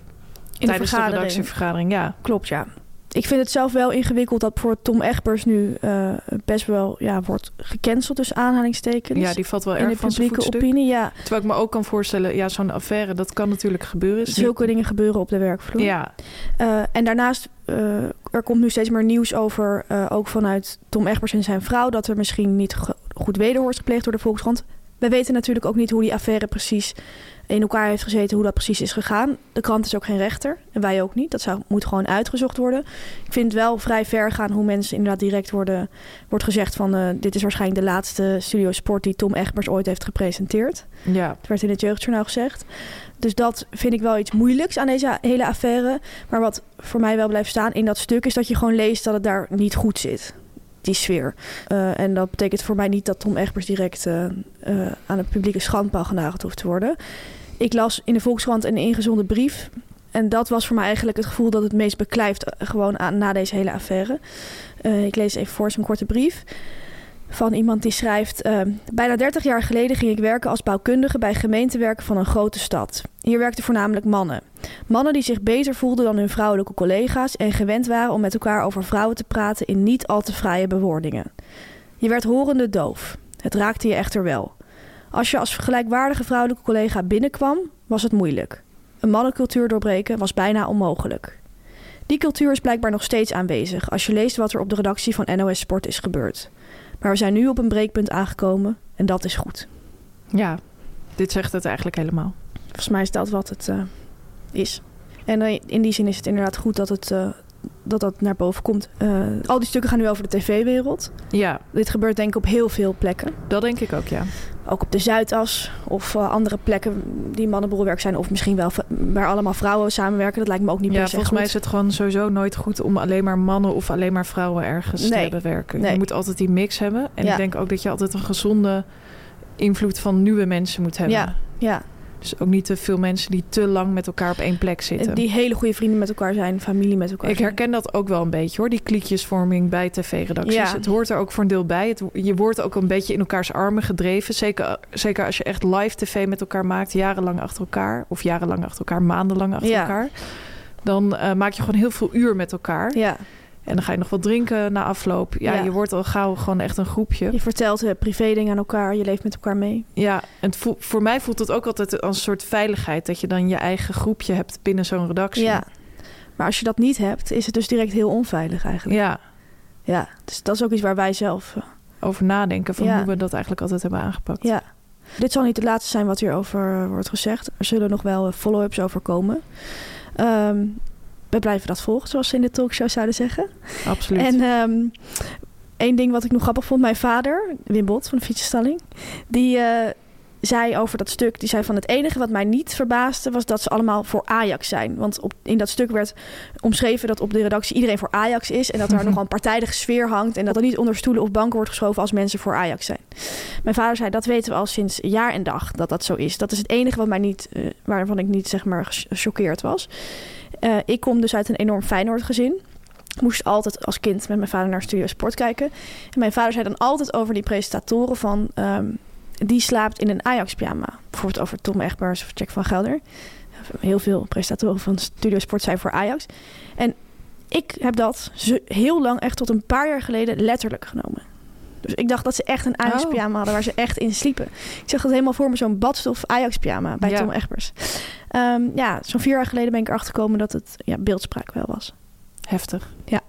de vergadering. redactievergadering. Ja. Klopt, ja. Ik vind het zelf wel ingewikkeld dat voor Tom Egbers nu eh, best wel ja, wordt gecanceld, dus aanhalingstekens. ja, die valt wel in de erg van zijn publieke voetstuk. opinie. Ja, Terwijl ik me ook kan voorstellen, ja, zo'n affaire, dat kan natuurlijk gebeuren. Is dus zulke dingen gebeuren op de werkvloer. Ja, Eh, en daarnaast, eh, er komt nu steeds meer nieuws over, eh, ook vanuit Tom Egbers en zijn vrouw, dat er misschien niet go- goed wederhoor is gepleegd door de Volkskrant. We weten natuurlijk ook niet hoe die affaire precies in elkaar heeft gezeten, hoe dat precies is gegaan. De krant is ook geen rechter en wij ook niet. Dat zou, moet gewoon uitgezocht worden. Ik vind het wel vrij ver gaan hoe mensen inderdaad direct worden, wordt gezegd van eh, dit is waarschijnlijk de laatste Studio Sport die Tom Egbers ooit heeft gepresenteerd. ja. Het werd in het jeugdjournaal gezegd. Dus dat vind ik wel iets moeilijks aan deze hele affaire. Maar wat voor mij wel blijft staan in dat stuk is dat je gewoon leest dat het daar niet goed zit. Die sfeer. Eh, en dat betekent voor mij niet dat Tom Egbers direct eh, eh, aan een publieke schandpaal genageld hoeft te worden. Ik las in de Volkskrant een ingezonden brief. En dat was voor mij eigenlijk het gevoel dat het meest beklijft eh, gewoon aan, na deze hele affaire. Eh, ik lees even voor zijn korte brief van iemand die schrijft... eh, Bijna 30 jaar geleden ging ik werken als bouwkundige bij gemeentewerken van een grote stad. Hier werkten voornamelijk mannen. Mannen die zich beter voelden dan hun vrouwelijke collega's... en gewend waren om met elkaar over vrouwen te praten in niet al te fraaie bewoordingen. Je werd horende doof. Het raakte je echter wel. Als je als gelijkwaardige vrouwelijke collega binnenkwam, was het moeilijk. Een mannencultuur doorbreken was bijna onmogelijk. Die cultuur is blijkbaar nog steeds aanwezig als je leest wat er op de redactie van NOS Sport is gebeurd. Maar we zijn nu op een breekpunt aangekomen en dat is goed. ja, dit zegt het eigenlijk helemaal. Volgens mij is dat wat het eh, is. En eh, in die zin is het inderdaad goed dat het, eh, dat, dat naar boven komt. Eh, al die stukken gaan nu over de tv-wereld. Ja, Dit gebeurt denk ik op heel veel plekken. dat denk ik ook, ja. Ook op de Zuidas of eh, andere plekken die mannenboelwerk zijn. Of misschien wel v- waar allemaal vrouwen samenwerken. Dat lijkt me ook niet Ja, per se volgens mij is goed. het gewoon sowieso nooit goed om alleen maar mannen of alleen maar vrouwen ergens te Nee. hebben werken. Nee. Je moet altijd die mix hebben. En Ja. ik denk ook dat je altijd een gezonde invloed van nieuwe mensen moet hebben. Ja, ja. Dus ook niet te veel mensen die te lang met elkaar op één plek zitten. Die hele goede vrienden met elkaar zijn, familie met elkaar eh, Ik zijn. herken dat ook wel een beetje hoor, die kliekjesvorming bij tv-redacties. Ja. Het hoort er ook voor een deel bij. Het, je wordt ook een beetje in elkaars armen gedreven. Zeker, zeker als je echt live tv met elkaar maakt, jarenlang achter elkaar. Of jarenlang achter elkaar, maandenlang achter Ja. elkaar. Dan eh, maak je gewoon heel veel uur met elkaar. Ja, En dan ga je nog wat drinken na afloop. Ja, Ja. je wordt al gauw gewoon echt een groepje. je vertelt eh, privé dingen aan elkaar. Je leeft met elkaar mee. Ja, en het voelt- voor mij voelt het ook altijd als een soort veiligheid. Dat je dan je eigen groepje hebt binnen zo'n redactie. Ja. Maar als je dat niet hebt, is het dus direct heel onveilig eigenlijk. ja. Ja. Dus dat is ook iets waar wij zelf... eh, Over nadenken van Ja. hoe we dat eigenlijk altijd hebben aangepakt. ja. Dit zal niet het laatste zijn wat hierover eh, wordt gezegd. Er zullen nog wel eh, follow-ups over komen. Ehm, we blijven dat volgen, zoals ze in de talkshow zouden zeggen. Absoluut. En ehm, Eén ding wat ik nog grappig vond. Mijn vader, Wim Bot van de fietsenstalling, die eh, zei over dat stuk, die zei van het enige wat mij niet verbaasde was dat ze allemaal voor Ajax zijn. Want op, in dat stuk werd omschreven dat op de redactie iedereen voor Ajax is en dat daar nogal een partijdige sfeer hangt en dat er niet onder stoelen of banken wordt geschoven als mensen voor Ajax zijn. Mijn vader zei dat weten we al sinds jaar en dag dat dat zo is. Dat is het enige wat mij niet, eh, waarvan ik niet zeg maar gesch- gechoqueerd was. Eh, ik kom dus uit een enorm Feyenoord gezin. Ik moest altijd als kind met mijn vader naar Studio Sport kijken. En mijn vader zei dan altijd over die presentatoren van... ehm, die slaapt in een Ajax-pyjama. Bijvoorbeeld over Tom Egbers of Jack van Gelder. Heel veel presentatoren van Studio Sport zijn voor Ajax. En ik heb dat ze- heel lang, echt tot een paar jaar geleden, letterlijk genomen. Dus ik dacht dat ze echt Oh. een Ajax-pyjama hadden waar ze echt in sliepen. Ik zag dat helemaal voor me, zo'n badstof Ajax-pyjama bij Ja. Tom Egbers. Ehm, ja, zo'n vier jaar geleden ben ik erachter gekomen dat het ja, beeldspraak wel was. Heftig. Ja.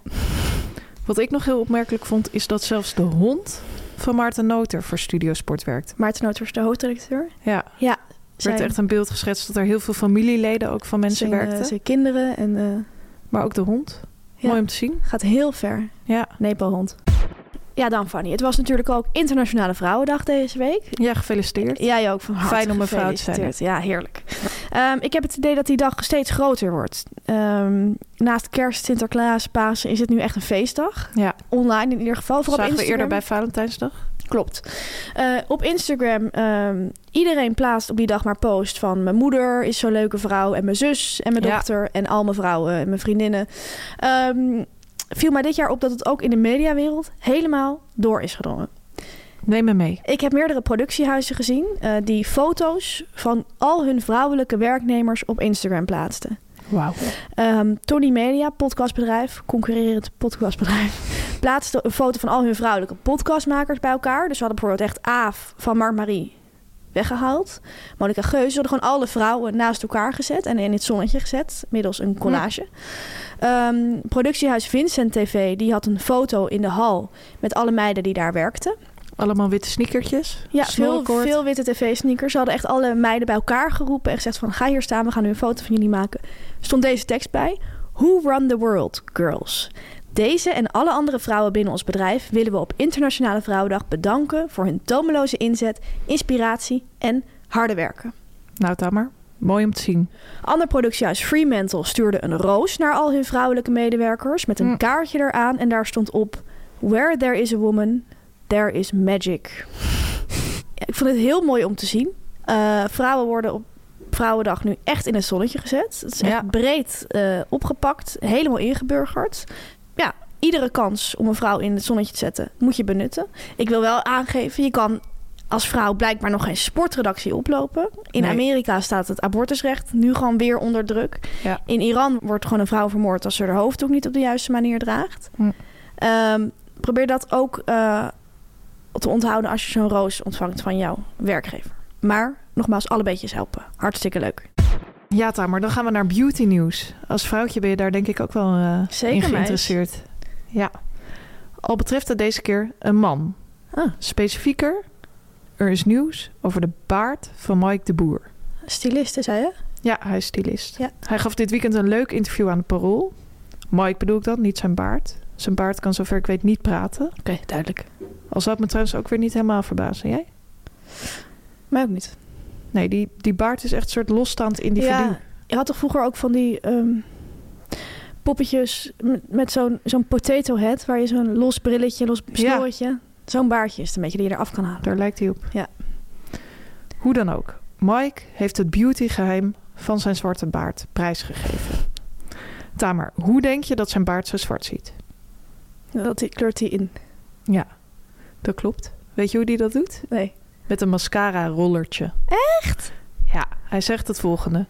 Wat ik nog heel opmerkelijk vond, is dat zelfs de hond van Maarten Noter voor Studiosport werkt. Maarten Noters, de hoofdredacteur. Ja. Ja, Er werd echt een beeld geschetst dat er heel veel familieleden ook van mensen zijn, eh, werkten. zijn kinderen en eh, Maar ook de hond. Ja. Mooi om te zien. gaat heel ver. Ja. Nepalhond. Ja, dan Fanny. Het was natuurlijk ook Internationale Vrouwendag deze week. ja, gefeliciteerd. Jij ook van harte Fijn om een vrouw te zijn. gefeliciteerd. Ja, heerlijk. Ehm, ik heb het idee dat die dag steeds groter wordt. Ehm, naast kerst, Sinterklaas, Pasen is het nu echt een feestdag. Ja, Online in ieder geval. Vooral op zagen we Instagram. eerder bij Valentijnsdag. Klopt. Eh, op Instagram, ehm, iedereen plaatst op die dag maar post van... mijn moeder is zo'n leuke vrouw en mijn zus en mijn Ja. dochter... en al mijn vrouwen en mijn vriendinnen. Ehm, viel mij dit jaar op dat het ook in de mediawereld helemaal door is gedrongen. Neem me mee. Ik heb meerdere productiehuizen gezien eh, die foto's van al hun vrouwelijke werknemers op Instagram plaatsten. Wauw. Ehm, Tony Media, podcastbedrijf, concurrerend podcastbedrijf, <laughs> plaatste een foto van al hun vrouwelijke podcastmakers bij elkaar. Dus we hadden bijvoorbeeld echt Aaf van Mark Marie weggehaald. Monica Geuze, we hadden gewoon alle vrouwen naast elkaar gezet en in het zonnetje gezet, middels een collage. Ehm, productiehuis Vincent TV, die had een foto in de hal met alle meiden die daar werkten. Allemaal witte sneakertjes. Ja, veel, snorrenkort. veel witte tv-sneakers. Ze hadden echt alle meiden bij elkaar geroepen en gezegd van... ga hier staan, we gaan nu een foto van jullie maken. Er stond deze tekst bij. Who run the world, girls? Deze en alle andere vrouwen binnen ons bedrijf... willen we op Internationale Vrouwendag bedanken... voor hun tomeloze inzet, inspiratie en harde werken. Nou, Tamer. Mooi om te zien. Ander productiehuis Fremantle stuurde een roos naar al hun vrouwelijke medewerkers... met een kaartje eraan en daar stond op... Where there is a woman, there is magic. Ja, ik vond het heel mooi om te zien. Eh, vrouwen worden op Vrouwendag nu echt in het zonnetje gezet. Het is echt Ja. breed eh, opgepakt, helemaal ingeburgerd. Ja, iedere kans om een vrouw in het zonnetje te zetten moet je benutten. Ik wil wel aangeven, je kan als vrouw blijkbaar nog geen sportredactie oplopen. In Nee. Amerika staat het abortusrecht nu gewoon weer onder druk. Ja. In Iran wordt gewoon een vrouw vermoord als ze haar hoofddoek niet op de juiste manier draagt. Hm. Ehm, probeer dat ook eh, te onthouden als je zo'n roos ontvangt van jouw werkgever. Maar nogmaals, alle beetjes helpen. Hartstikke leuk. Ja, Tamer. Dan gaan we naar beauty nieuws. Als vrouwtje ben je daar denk ik ook wel eh, Zeker, in meis. geïnteresseerd. Ja. Al betreft het deze keer een man. Ah. Specifieker, er is nieuws over de baard van Mike de Boer. Stylisten, zei je? Ja, hij is stylist. Ja. Hij gaf dit weekend een leuk interview aan het Parool. Mike bedoel ik dan, niet zijn baard. Zijn baard kan zover ik weet niet praten. Oké, duidelijk. Al zou het me trouwens ook weer niet helemaal verbazen. Jij? Mij ook niet. Nee, die, die baard is echt een soort losstaand individu. ja, je had toch vroeger ook van die ehm, poppetjes met, met zo'n zo'n potato head... waar je zo'n los brilletje, los snorretje... Zo'n baardje is het een beetje die je eraf kan halen. Daar lijkt hij op. Ja. Hoe dan ook. Mike heeft het beautygeheim van zijn zwarte baard prijsgegeven. Tamer, hoe denk je dat zijn baard zo zwart ziet? Dat die, kleurt hij in. Ja, dat klopt. Weet je hoe hij dat doet? Nee. Met een mascara-rollertje. Echt? Ja, hij zegt het volgende.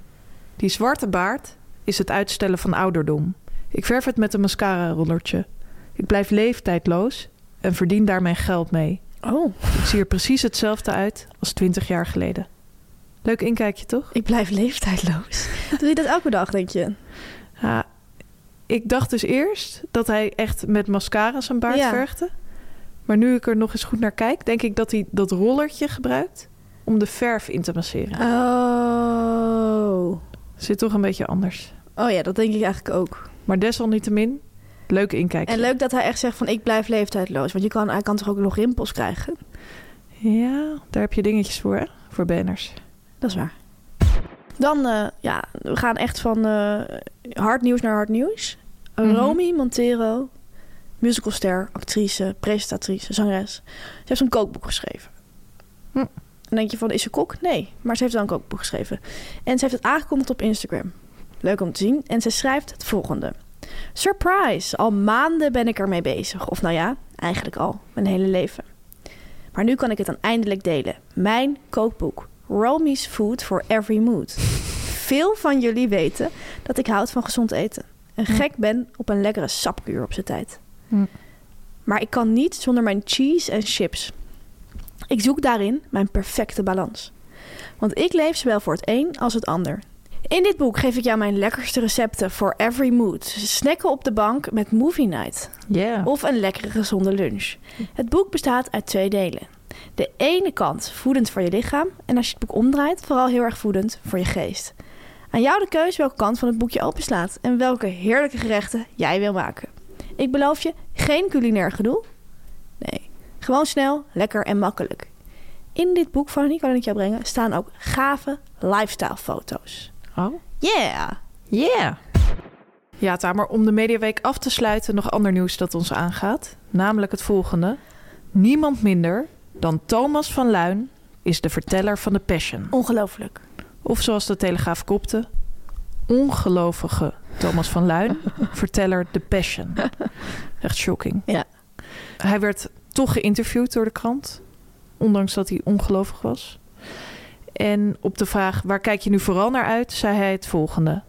Die zwarte baard is het uitstellen van ouderdom. Ik verf het met een mascara-rollertje. Ik blijf leeftijdloos en verdien daar mijn geld mee. Oh. Ik zie er precies hetzelfde uit als twintig jaar geleden. Leuk inkijkje, toch? Ik blijf leeftijdloos. <laughs> Doe je dat elke dag, denk je? Ja, ik dacht dus eerst dat hij echt met mascara zijn baard Ja. vergde. Maar nu ik er nog eens goed naar kijk, denk ik dat hij dat rollertje gebruikt om de verf in te masseren. Oh. Zit toch een beetje anders. Oh ja, dat denk ik eigenlijk ook. Maar desalniettemin, Leuk inkijkje. En leuk dat hij echt zegt van ik blijf leeftijdloos. Want je kan, hij kan toch ook nog rimpels krijgen? Ja, daar heb je dingetjes voor, hè? Voor banners. Dat is waar. Dan, eh, ja, we gaan echt van eh, hard nieuws naar hard nieuws. Mhm. Romy Montero, musicalster, actrice, presentatrice, zangeres. Ze heeft een kookboek geschreven. Hm. Dan denk je van, is ze kok? Nee, maar ze heeft wel een kookboek geschreven. En ze heeft het aangekondigd op Instagram. Leuk om te zien. En ze schrijft het volgende. Surprise! Al maanden ben ik ermee bezig. Of nou ja, eigenlijk al. Mijn hele leven. Maar nu kan ik het dan eindelijk delen. Mijn kookboek. Romy's Food for Every Mood. Veel van jullie weten dat ik houd van gezond eten. En gek ben op een lekkere sapkuur op zijn tijd. Hm. Maar ik kan niet zonder mijn cheese en chips. Ik zoek daarin mijn perfecte balans. Want ik leef zowel voor het een als het ander. In dit boek geef ik jou mijn lekkerste recepten voor every mood. Snacken op de bank met movie night Yeah. of een lekkere gezonde lunch. Het boek bestaat uit twee delen. De ene kant voedend voor je lichaam en als je het boek omdraait, vooral heel erg voedend voor je geest. Aan jou de keus welke kant van het boekje openslaat en welke heerlijke gerechten jij wil maken. Ik beloof je geen culinair gedoe. Nee, gewoon snel, lekker en makkelijk. In dit boek van Die kan ik jou brengen staan ook gave lifestyle foto's. Oh. Yeah! Yeah. Ja, Tamer, om de Mediaweek af te sluiten, nog ander nieuws dat ons aangaat. Namelijk het volgende. Niemand minder dan Thomas van Luin is de verteller van de Passion. Ongelooflijk. Of zoals de Telegraaf kopte, ongelovige Thomas van Luin, verteller de Passion. Echt shocking. Ja. Hij werd toch geïnterviewd door de krant, ondanks dat hij ongelovig was. En op de vraag waar kijk je nu vooral naar uit, zei hij het volgende.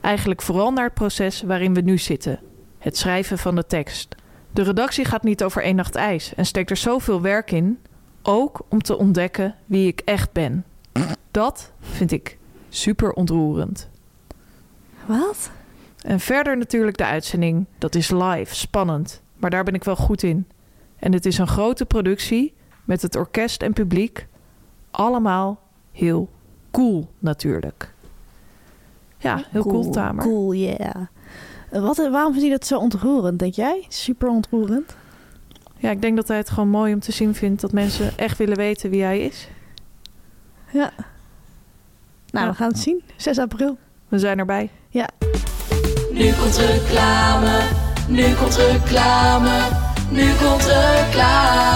Eigenlijk vooral naar het proces waarin we nu zitten. Het schrijven van de tekst. De redactie gaat niet over één nacht ijs en steekt er zoveel werk in, ook om te ontdekken wie ik echt ben. Dat vind ik super ontroerend. Wat? En verder natuurlijk de uitzending. Dat is live, spannend. Maar daar ben ik wel goed in. En het is een grote productie met het orkest en publiek. Allemaal heel cool natuurlijk. Ja, Ah, heel cool, Tamer. Cool, yeah. Wat, waarom vind je dat zo ontroerend, denk jij? Super ontroerend. Ja, ik denk dat hij het gewoon mooi om te zien vindt dat mensen echt willen weten wie hij is. Ja. Nou, Ja. we gaan het zien. 6 april. We zijn erbij. Ja. Nu komt reclame, nu komt reclame, nu komt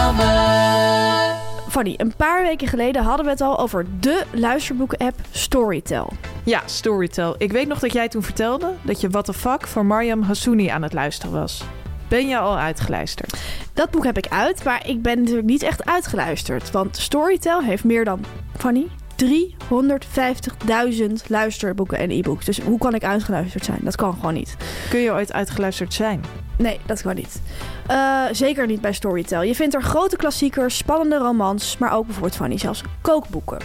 reclame. Fanny, een paar weken geleden hadden we het al over de luisterboeken-app Storytel. Ja, Storytel. Ik weet nog dat jij toen vertelde dat je What the Fuck van Mariam Hassouni aan het luisteren was. Ben je al uitgeluisterd? Dat boek heb ik uit, maar ik ben natuurlijk niet echt uitgeluisterd. Want Storytel heeft meer dan, Fanny, 350.000 luisterboeken en e-books. Dus hoe kan ik uitgeluisterd zijn? Dat kan gewoon niet. Kun je ooit uitgeluisterd zijn? Nee, dat kan niet. Eh, zeker niet bij Storytel. Je vindt er grote klassiekers, spannende romans, maar ook bijvoorbeeld van die zelfs kookboeken.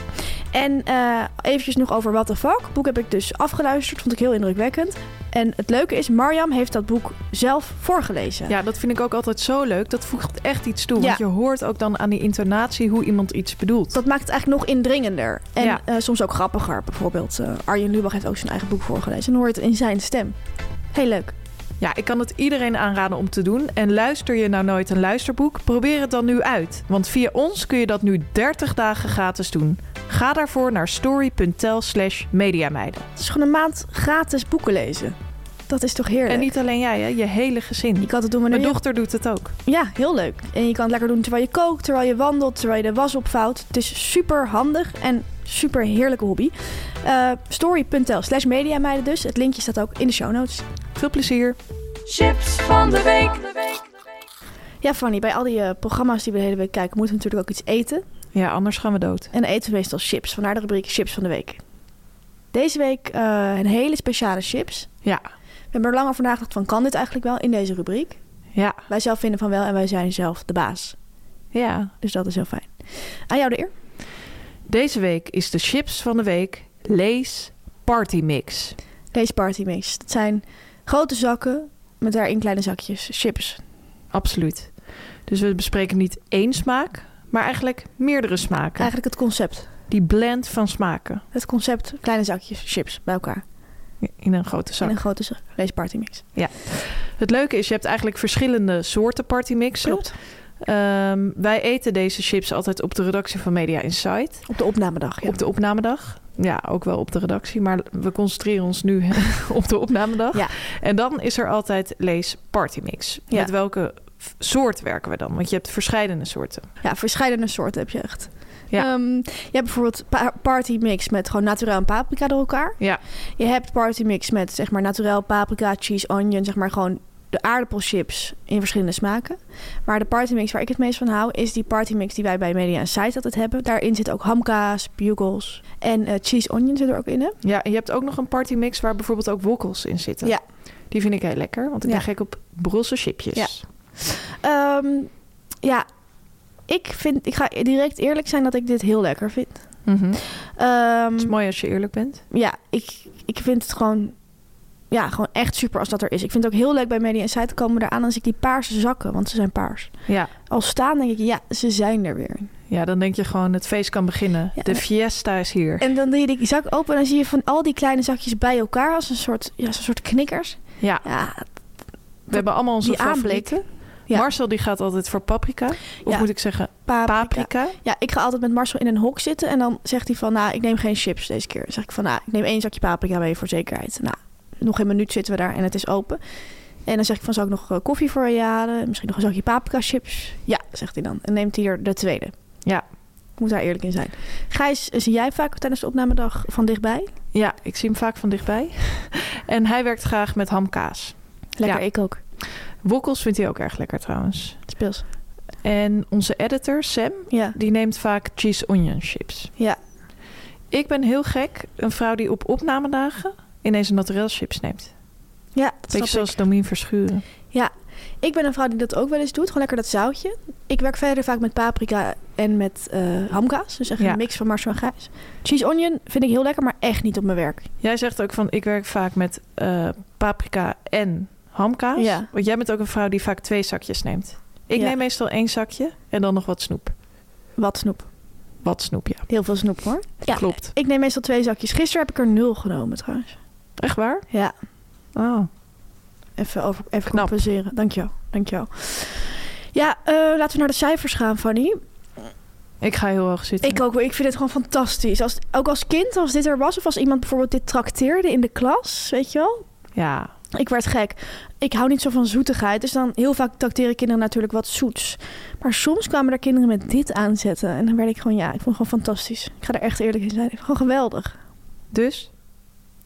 En eh eventjes nog over What the Fuck. boek heb ik dus afgeluisterd, vond ik heel indrukwekkend. En het leuke is, Mariam heeft dat boek zelf voorgelezen. Ja, dat vind ik ook altijd zo leuk. Dat voegt echt iets toe. Ja. Want je hoort ook dan aan die intonatie hoe iemand iets bedoelt. Dat maakt het eigenlijk nog indringender. En Ja. eh, soms ook grappiger. Bijvoorbeeld eh, Arjen Lubach heeft ook zijn eigen boek voorgelezen. En dan hoor je het in zijn stem. Heel leuk. Ja, ik kan het iedereen aanraden om te doen. En luister je nou nooit een luisterboek? Probeer het dan nu uit. Want via ons kun je dat nu 30 dagen gratis doen. Ga daarvoor naar story.tel slash mediameiden. Het is gewoon een maand gratis boeken lezen. Dat is toch heerlijk. En niet alleen jij, hè? je hele Je gezin. kan het doen wanneer Mijn je dochter doet het ook. Ja, heel leuk. En je kan het lekker doen terwijl je kookt, terwijl je wandelt, terwijl je de was opvouwt. Het is super handig en super heerlijke hobby. Eh Story.tel slash mediameiden dus. Het linkje staat ook in de show notes. Veel plezier. Chips van de week. Ja, Fanny, bij al die eh, programma's die we de hele week kijken, moeten we natuurlijk ook iets eten. Ja, anders gaan we dood. En dan eten we meestal chips. Vandaar de rubriek Chips van de Week. Deze week eh, een hele speciale chips. Ja, We hebben er lang over nagedacht van, kan dit eigenlijk wel in deze rubriek? ja, Wij zelf vinden van wel en wij zijn zelf de baas. ja. Dus dat is heel fijn. Aan jou de eer. Deze week is de chips van de week Lees Party Mix. Deze party mix. Dat zijn grote zakken met daarin kleine zakjes chips. Absoluut. Dus we bespreken niet één smaak, maar eigenlijk meerdere smaken. Eigenlijk het concept. Die blend van smaken Het concept kleine zakjes chips bij elkaar. in een grote zak. In een grote zak. Deze party mix. Het leuke is, je hebt eigenlijk verschillende soorten partymixen. Klopt. Ehm, wij eten deze chips altijd op de redactie van Media Insight. Op de opnamedag. Ja. Op de opnamedag. Ja, ook wel op de redactie. Maar we concentreren ons nu <laughs> op de opnamedag. Ja. En dan is er altijd lees partymix. Ja. Met welke f- soort werken we dan? Want je hebt verschillende soorten. Ja, verschillende soorten heb je echt. Ja. Ja. je hebt bijvoorbeeld pa- party mix met gewoon naturel en paprika door elkaar. Ja. Je hebt party mix met zeg maar naturel, paprika, cheese, onion, zeg maar gewoon de aardappelchips in verschillende smaken. Maar de party mix waar ik het meest van hou is die party mix die wij bij Media en Site altijd hebben. Daarin zit ook hamkaas, bugles en eh, cheese onion zit er ook in. Hè? ja, en je hebt ook nog een partymix waar bijvoorbeeld ook wokkels in zitten. Ja. Die vind ik heel lekker, want ik Ja. ben gek op brosse chipjes. Ja. Ehm, ja, ik vind, ik ga direct eerlijk zijn dat ik dit heel lekker vind. Mhm. Ehm, Het is mooi als je eerlijk bent. ja, ik, ik vind het gewoon, ja, gewoon echt super als dat er is. Ik vind het ook heel leuk bij Media Insight komen eraan als ik die paarse zakken, want ze zijn paars. Ja. Al staan denk ik, ja, ze zijn er weer. ja, dan denk je gewoon het feest kan beginnen. Ja, de en- fiesta is hier. En dan doe je die zak open en dan zie je van al die kleine zakjes bij elkaar als een soort, ja, als een soort knikkers. ja, Ja, we hebben allemaal onze die aanblik. favorieten. Ja. Marcel die gaat altijd voor paprika. Of Ja. moet ik zeggen paprika. paprika. Ja, ik ga altijd met Marcel in een hok zitten en dan zegt hij van, nou, ik neem geen chips deze keer. Dan zeg ik van, nou, ik neem één zakje paprika mee voor zekerheid. Nou, nog een minuut zitten we daar en het is open. En dan zeg ik van, zou ik nog eh, koffie voor je halen? Misschien nog een zakje paprika chips? Ja, zegt hij dan. En neemt hij er de tweede. Ja. Ik moet daar eerlijk in zijn. Gijs, zie jij vaak tijdens de opnamedag van dichtbij? Ja, ik zie hem vaak van dichtbij. <laughs> en hij werkt graag met hamkaas. Lekker, Ja. ik ook. Wokkels vindt hij ook erg lekker trouwens. Speels. En onze editor Sam, Ja. die neemt vaak cheese onion chips. Ja. Ik ben heel gek, een vrouw die op opnamedagen ineens een naturel chips neemt. Ja, dat snap Beetje ik. zoals Domien Verschuren. Ik ben een vrouw die dat ook wel eens doet. Gewoon lekker dat zoutje. Ik werk verder vaak met paprika en met eh, hamkaas. Dus echt Ja. een mix van Marcel en Gijs. Cheese onion vind ik heel lekker, maar echt niet op mijn werk. Jij zegt ook van, ik werk vaak met eh, paprika en hamkaas. Ja. Want jij bent ook een vrouw die vaak twee zakjes neemt. Ik Ja. neem meestal één zakje en dan nog wat snoep. Wat snoep. Wat snoep, ja. Heel veel snoep hoor. Ja, Klopt. Ik neem meestal twee zakjes. Gisteren heb ik er nul genomen trouwens. Echt waar? Ja, Oh. even, over, even Knap. compenseren. Dankjewel, dankjewel. Ja, eh, laten we naar de cijfers gaan, Fanny. Ik ga heel hoog zitten. Ik ook, hoor. ik vind het gewoon fantastisch. Als, ook als kind, als dit er was, of als iemand bijvoorbeeld dit trakteerde in de klas, weet je wel, Ja. Ik werd gek. Ik hou niet zo van zoetigheid. Dus dan heel vaak tracteren kinderen natuurlijk wat zoets. Maar soms kwamen er kinderen met dit aanzetten. En dan werd ik gewoon, ja, ik vond het gewoon fantastisch. Ik ga er echt eerlijk in zijn. Ik vond het gewoon geweldig. Dus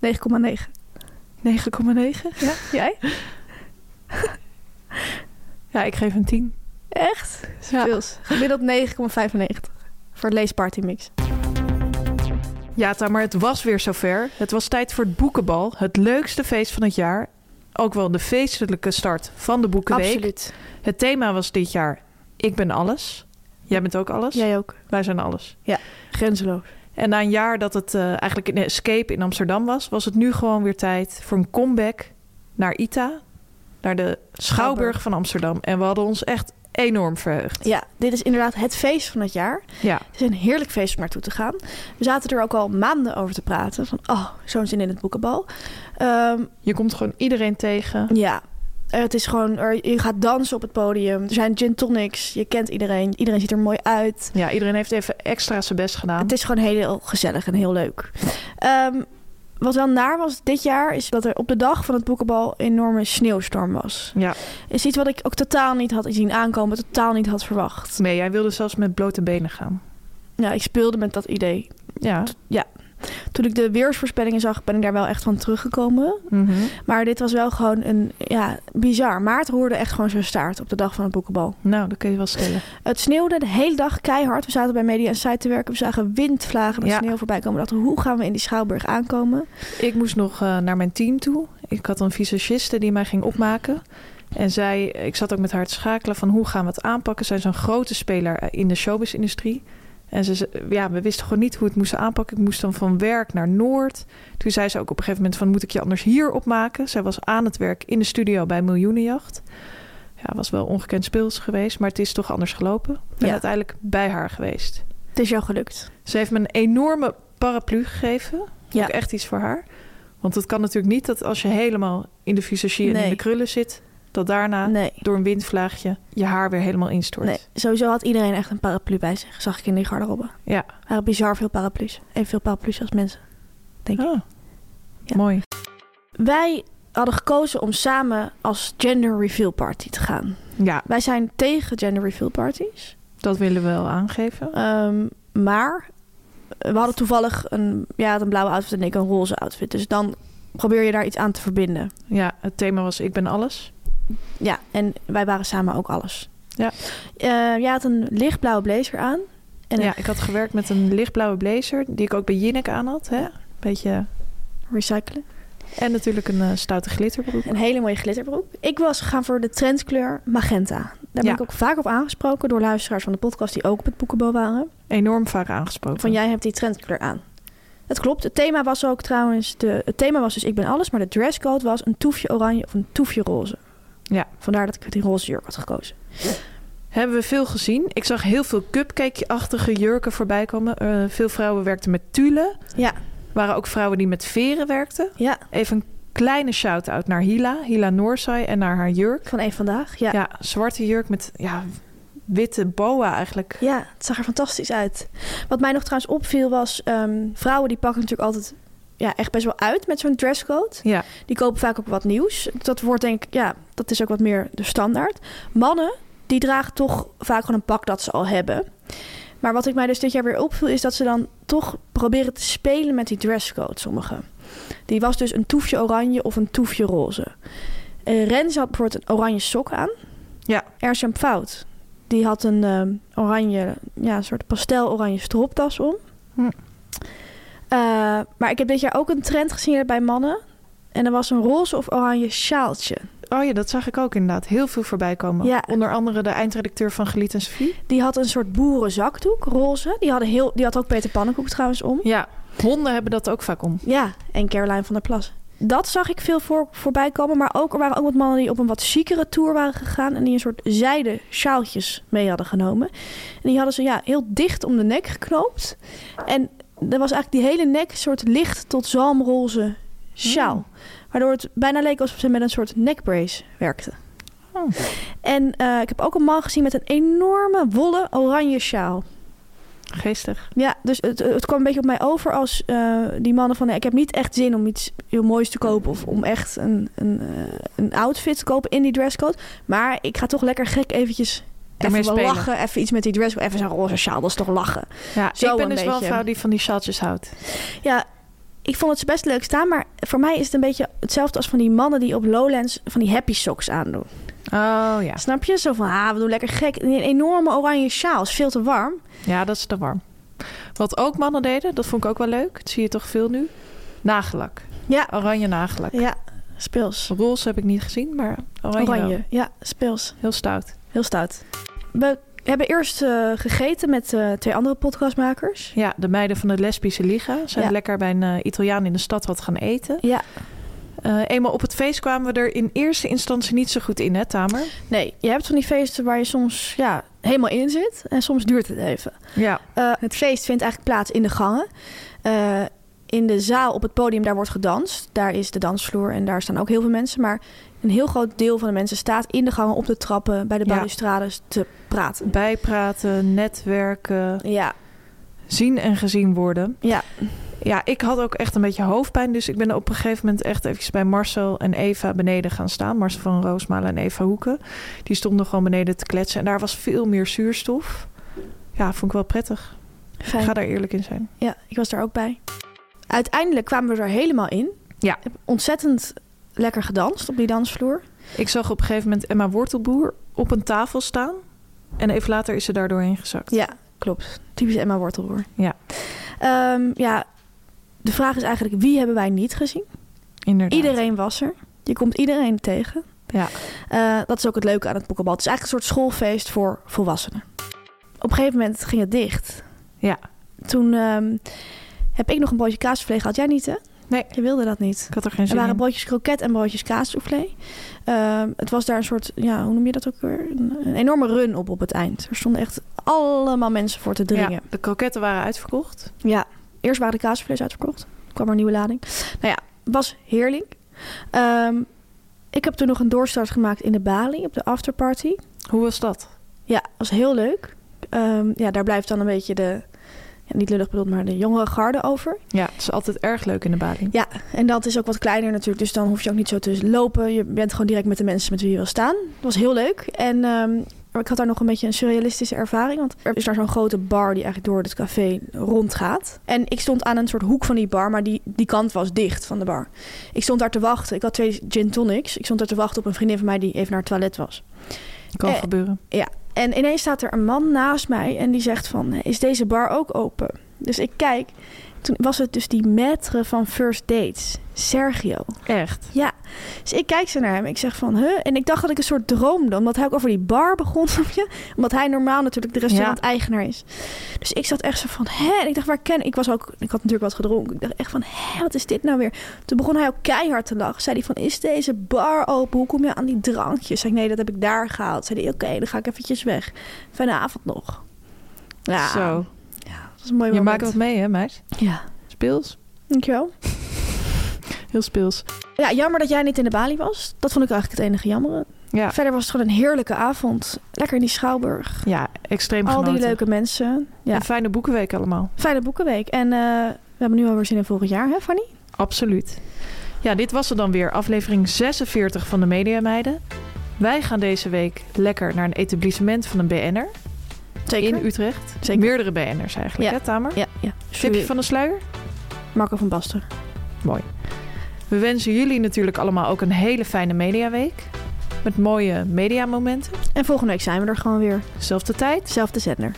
9,9. 9,9? Ja, jij? Ja, ik geef een 10. Echt? Ja. Speels. Gemiddeld 9,95. Voor leesparty mix. ja, Tamar, het was weer zover. Het was tijd voor het Boekenbal. Het leukste feest van het jaar. Ook wel de feestelijke start van de Boekenweek. Absoluut. Het thema was dit jaar Ik ben alles. Jij bent ook alles. Jij ook. Wij zijn alles. Grenzeloos. En na een jaar dat het eh, eigenlijk in Escape in Amsterdam was... was het nu gewoon weer tijd voor een comeback naar ITA. Naar de Schouwburg Schouwburg. van Amsterdam. En we hadden ons echt enorm verheugd. Ja, dit is inderdaad het feest van het jaar. Ja. Het is een heerlijk feest om naartoe te gaan. We zaten er ook al maanden over te praten. Van, oh, zo'n zin in het boekenbal. Ehm, Je komt gewoon iedereen tegen. Ja. Eh, Het is gewoon, er, je gaat dansen op het podium. Er zijn gin tonics. Je kent iedereen. Iedereen ziet er mooi uit. Ja, iedereen heeft even extra zijn best gedaan. Het is gewoon heel gezellig en heel leuk. Ehm, wat wel naar was dit jaar, is dat er op de dag van het boekenbal een enorme sneeuwstorm was. Ja, Is iets wat ik ook totaal niet had zien aankomen, totaal niet had verwacht. nee, jij wilde zelfs met blote benen gaan. Ja, ik speelde met dat idee. Ja. Toen ik de weersvoorspellingen zag, ben ik daar wel echt van teruggekomen. Mhm. Maar dit was wel gewoon een, ja, bizar. Maart hoorde echt gewoon zijn staart op de dag van het boekenbal. Nou, dat kun je wel stellen. Het sneeuwde de hele dag keihard. We zaten bij Media Site te werken. We zagen windvlagen met Ja. sneeuw voorbij komen. We dachten, hoe gaan we in die schouwburg aankomen? Ik moest nog eh, naar mijn team toe. Ik had een visagiste die mij ging opmaken. En zij, ik zat ook met haar te schakelen van hoe gaan we het aanpakken. Zij is een grote speler eh, in de showbiz-industrie. En ze, ze- ja, we wisten gewoon niet hoe we het moesten aanpakken. Ik moest dan van werk naar Noord. Toen zei ze ook op een gegeven moment van moet ik je anders hier opmaken. Zij was aan het werk in de studio bij Miljoenenjacht. Ja, was wel ongekend speels geweest, maar het is toch anders gelopen. Ik ben Ja. uiteindelijk bij haar geweest. Het is jou gelukt. Ze heeft me een enorme paraplu gegeven. Ja. Ook echt iets voor haar. Want het kan natuurlijk niet dat als je helemaal in de visagie en in Nee. de krullen zit... dat daarna door een windvlaagje je haar weer helemaal instort. Nee, sowieso had iedereen echt een paraplu bij zich, zag ik in die garderobe. Ja. Er waren bizar veel paraplu's. Evenveel paraplu's als mensen, denk ik. Ah, Mooi. Wij hadden gekozen om samen als gender reveal party te gaan. Ja. Wij zijn tegen gender reveal parties. Ehm, Dat willen we wel aangeven. maar we hadden toevallig een, ja, had een blauwe outfit en ik een roze outfit. Dus dan probeer je daar iets aan te verbinden. Ja, het thema was ik ben alles. Ja, en wij waren samen ook alles. Ja. Eh, jij had een lichtblauwe blazer aan. En ja, ik had gewerkt met een lichtblauwe blazer die ik ook bij Jinek aan had. Hè? Beetje recyclen. En natuurlijk een eh, stoute glitterbroek. Een hele mooie glitterbroek. Ik was gegaan voor de trendkleur magenta. Daar ben Ja. ik ook vaak op aangesproken door luisteraars van de podcast die ook op het boekenbo waren. Enorm vaak aangesproken. Van jij hebt die trendkleur aan. Het klopt. Het thema was ook trouwens, de, het thema was dus ik ben alles, maar de dresscode was een toefje oranje of een toefje roze. Ja. Vandaar dat ik die roze jurk had gekozen. Hebben we veel gezien. Ik zag heel veel cupcake-achtige jurken voorbij komen. Eh, veel vrouwen werkten met tulle. Ja. Waren ook vrouwen die met veren werkten. Ja. Even een kleine shout-out naar Hila. Hila Noorsai en naar haar jurk. Van één vandaag, ja. Ja, zwarte jurk met ja, witte boa eigenlijk. Ja, het zag er fantastisch uit. Wat mij nog trouwens opviel was... ehm, vrouwen die pakken natuurlijk altijd ja, echt best wel uit met zo'n dresscode. Ja. Die kopen vaak ook wat nieuws. Dat wordt denk ik... Ja, dat is ook wat meer de standaard. Mannen, die dragen toch vaak gewoon een pak dat ze al hebben. Maar wat ik mij dus dit jaar weer opviel... is dat ze dan toch proberen te spelen met die dresscode, sommigen. Die was dus een toefje oranje of een toefje roze. Eh Rens had bijvoorbeeld een oranje sok aan. Ja. Ersham Fout. Die had een ehm, oranje, ja, een soort pastel-oranje stropdas om. Hm. Eh, maar ik heb dit jaar ook een trend gezien bij mannen. En er was een roze of oranje sjaaltje. Oh ja, dat zag ik ook inderdaad. Heel veel voorbij komen. Ja. Onder andere de eindredacteur van Geliet en Sophie. Die had een soort boerenzakdoek, roze. Die, hadden heel, die had ook Peter Pannenkoek trouwens om. Ja, honden hebben dat ook vaak om. Ja, en Caroline van der Plas. Dat zag ik veel voor, voorbij komen. Maar ook, er waren ook wat mannen die op een wat chiekere tour waren gegaan. En die een soort zijde sjaaltjes mee hadden genomen. En die hadden ze ja, heel dicht om de nek geknoopt. En er was eigenlijk die hele nek een soort licht tot zalmroze sjaal. Waardoor het bijna leek alsof ze met een soort neckbrace werkten. Oh. En eh, ik heb ook een man gezien met een enorme wollen oranje sjaal. Geestig. Ja, dus het, het kwam een beetje op mij over als eh, die mannen van... nee, ik heb niet echt zin om iets heel moois te kopen... of om echt een, een, eh, een outfit te kopen in die dresscode. Maar ik ga toch lekker gek eventjes... Ermee Even wel spelen. lachen, even iets met die dresscode. Even zo'n roze sjaal, dat is toch lachen. Ja, Zo ik ben een dus wel een beetje. vrouw die van die sjaaltjes houdt. Ja, ik vond het best leuk staan... maar voor mij is het een beetje hetzelfde als van die mannen... die op Lowlands van die happy socks aandoen. Oh ja. Snap je? Zo van, ah, we doen lekker gek. En Een enorme oranje sjaal, is veel te warm. Ja, dat is te warm. Wat ook mannen deden, dat vond ik ook wel leuk. Dat zie je toch veel nu. Nagelak. Ja. Oranje nagelak. Ja, speels. Roze heb ik niet gezien, maar oranje, Oranje, wel. ja, speels. Heel stout. Heel stout. We hebben eerst eh, gegeten met eh, twee andere podcastmakers. Ja, de meiden van de lesbische liga zijn Ja. lekker bij een eh, Italiaan in de stad wat gaan eten. Ja, Eh, eenmaal op het feest kwamen we er in eerste instantie niet zo goed in, hè Tamer? nee, je hebt van die feesten waar je soms ja, helemaal in zit en soms duurt het even. Ja. Eh, het feest vindt eigenlijk plaats in de gangen. Eh, in de zaal op het podium, daar wordt gedanst. Daar is de dansvloer en daar staan ook heel veel mensen. Maar een heel groot deel van de mensen staat in de gangen, op de trappen, bij de Ja. balustrades te praten. Bijpraten, netwerken, Ja, zien en gezien worden. ja, Ja, ik had ook echt een beetje hoofdpijn. Dus ik ben op een gegeven moment echt eventjes bij Marcel en Eva beneden gaan staan. Marcel van Roosmalen en Eva Hoeken. Die stonden gewoon beneden te kletsen. En daar was veel meer zuurstof. Ja, vond ik wel prettig. fijn. Ik ga daar eerlijk in zijn. Ja, ik was daar ook bij. Uiteindelijk kwamen we er helemaal in. Ja. Ik heb ontzettend lekker gedanst op die dansvloer. Ik zag op een gegeven moment Emma Wortelboer op een tafel staan. En even later is ze daar doorheen gezakt. Ja, klopt. Typisch Emma Wortelboer. Ja. Ehm, ja, de vraag is eigenlijk wie hebben wij niet gezien? Inderdaad. Iedereen was er. Je komt iedereen tegen. Ja. Eh, dat is ook het leuke aan het boekenbal. Het is eigenlijk een soort schoolfeest voor volwassenen. Op een gegeven moment ging het dicht. Ja. Toen ehm, heb ik nog een broodje kaasvlees. Had jij niet, hè? Nee. Je wilde dat niet. Ik had er geen Er zin waren in. broodjes kroket en broodjes kaassoufflé. Ehm, het was daar een soort, ja, hoe noem je dat ook weer? Een, een enorme run op op het eind. Er stonden echt allemaal mensen voor te dringen. Ja, Ja. de kroketten waren uitverkocht. Eerst waren de kaassoufflés uitverkocht. Er kwam er een nieuwe lading. Nou ja, was heerlijk. Ehm, Ik heb toen nog een doorstart gemaakt in de Bali op de afterparty. Hoe was dat? Ja, was heel leuk. Ehm, ja, daar blijft dan een beetje de, ja, niet lullig bedoeld, maar de jongere garde over. Ja, het is altijd erg leuk in de baling. Ja, en dat is ook wat kleiner natuurlijk. Dus dan hoef je ook niet zo te lopen. Je bent gewoon direct met de mensen met wie je wil staan. Dat was heel leuk. En ehm, maar ik had daar nog een beetje een surrealistische ervaring. Want er is daar zo'n grote bar die eigenlijk door het café rondgaat. En ik stond aan een soort hoek van die bar, maar die, die kant was dicht van de bar. Ik stond daar te wachten. Ik had twee gin tonics. Ik stond daar te wachten op een vriendin van mij die even naar het toilet was. Kan Eh, gebeuren. ja, en ineens staat er een man naast mij en die zegt van, is deze bar ook open? Dus ik kijk, toen was het dus die maître van First Dates, Sergio. Echt. Ja, dus ik kijk zo naar hem. Ik zeg van, huh? En ik dacht dat ik een soort droomde, omdat hij ook over die bar begon, <laughs> snap je? Omdat hij normaal natuurlijk de restaurant-eigenaar is. Dus ik zat echt zo van, hè? En ik dacht, waar ken ik? Ik was ook, ik had natuurlijk wat gedronken. Ik dacht echt van, hè, wat is dit nou weer? Toen begon hij ook keihard te lachen. Zei hij van, is deze bar open? Hoe kom je aan die drankjes? Zei ik, nee, dat heb ik daar gehaald. Zei hij, oké, dan ga ik eventjes weg. Fijne avond nog. Ja, Zo. dat is een mooi Je moment. maakt wat mee, hè, meid? Ja, Speels. dankjewel. Heel speels. Ja, jammer dat jij niet in de balie was. Dat vond ik eigenlijk het enige jammer. Ja, Verder was het gewoon een heerlijke avond. Lekker in die Schouwburg. ja extreem Al genoten. die leuke mensen. Ja. Een fijne boekenweek allemaal. Fijne boekenweek. En eh, we hebben nu alweer zin in volgend jaar, hè Fanny? Absoluut. Ja, dit was er dan weer. Aflevering 46 van de Media Meiden. Wij gaan deze week lekker naar een etablissement van een BN'er. Zeker. In Utrecht. Zeker. Meerdere BN'ers eigenlijk, Ja. hè Tamer? ja, ja. Tipje van de sluier? Marco van Basten. We wensen jullie natuurlijk allemaal ook een hele fijne mediaweek. Met mooie mediamomenten. En volgende week zijn we er gewoon weer. Zelfde tijd. Zelfde zender.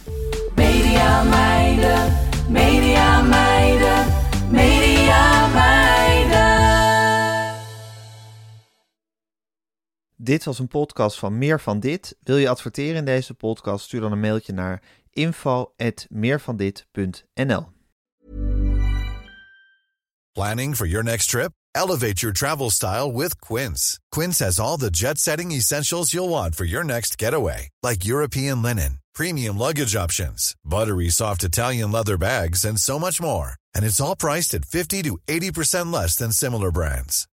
Media meiden, media meiden, media meiden. Dit was een podcast van Meer van Dit. Wil je adverteren in deze podcast? Stuur dan een mailtje naar info.meervandit.nl Planning for your next trip? Elevate your travel style with Quince. Quince has all the jet setting essentials you'll want for your next getaway, like European linen, premium luggage options, buttery soft Italian leather bags, and so much more. And it's all priced at 50 to 80% less than similar brands.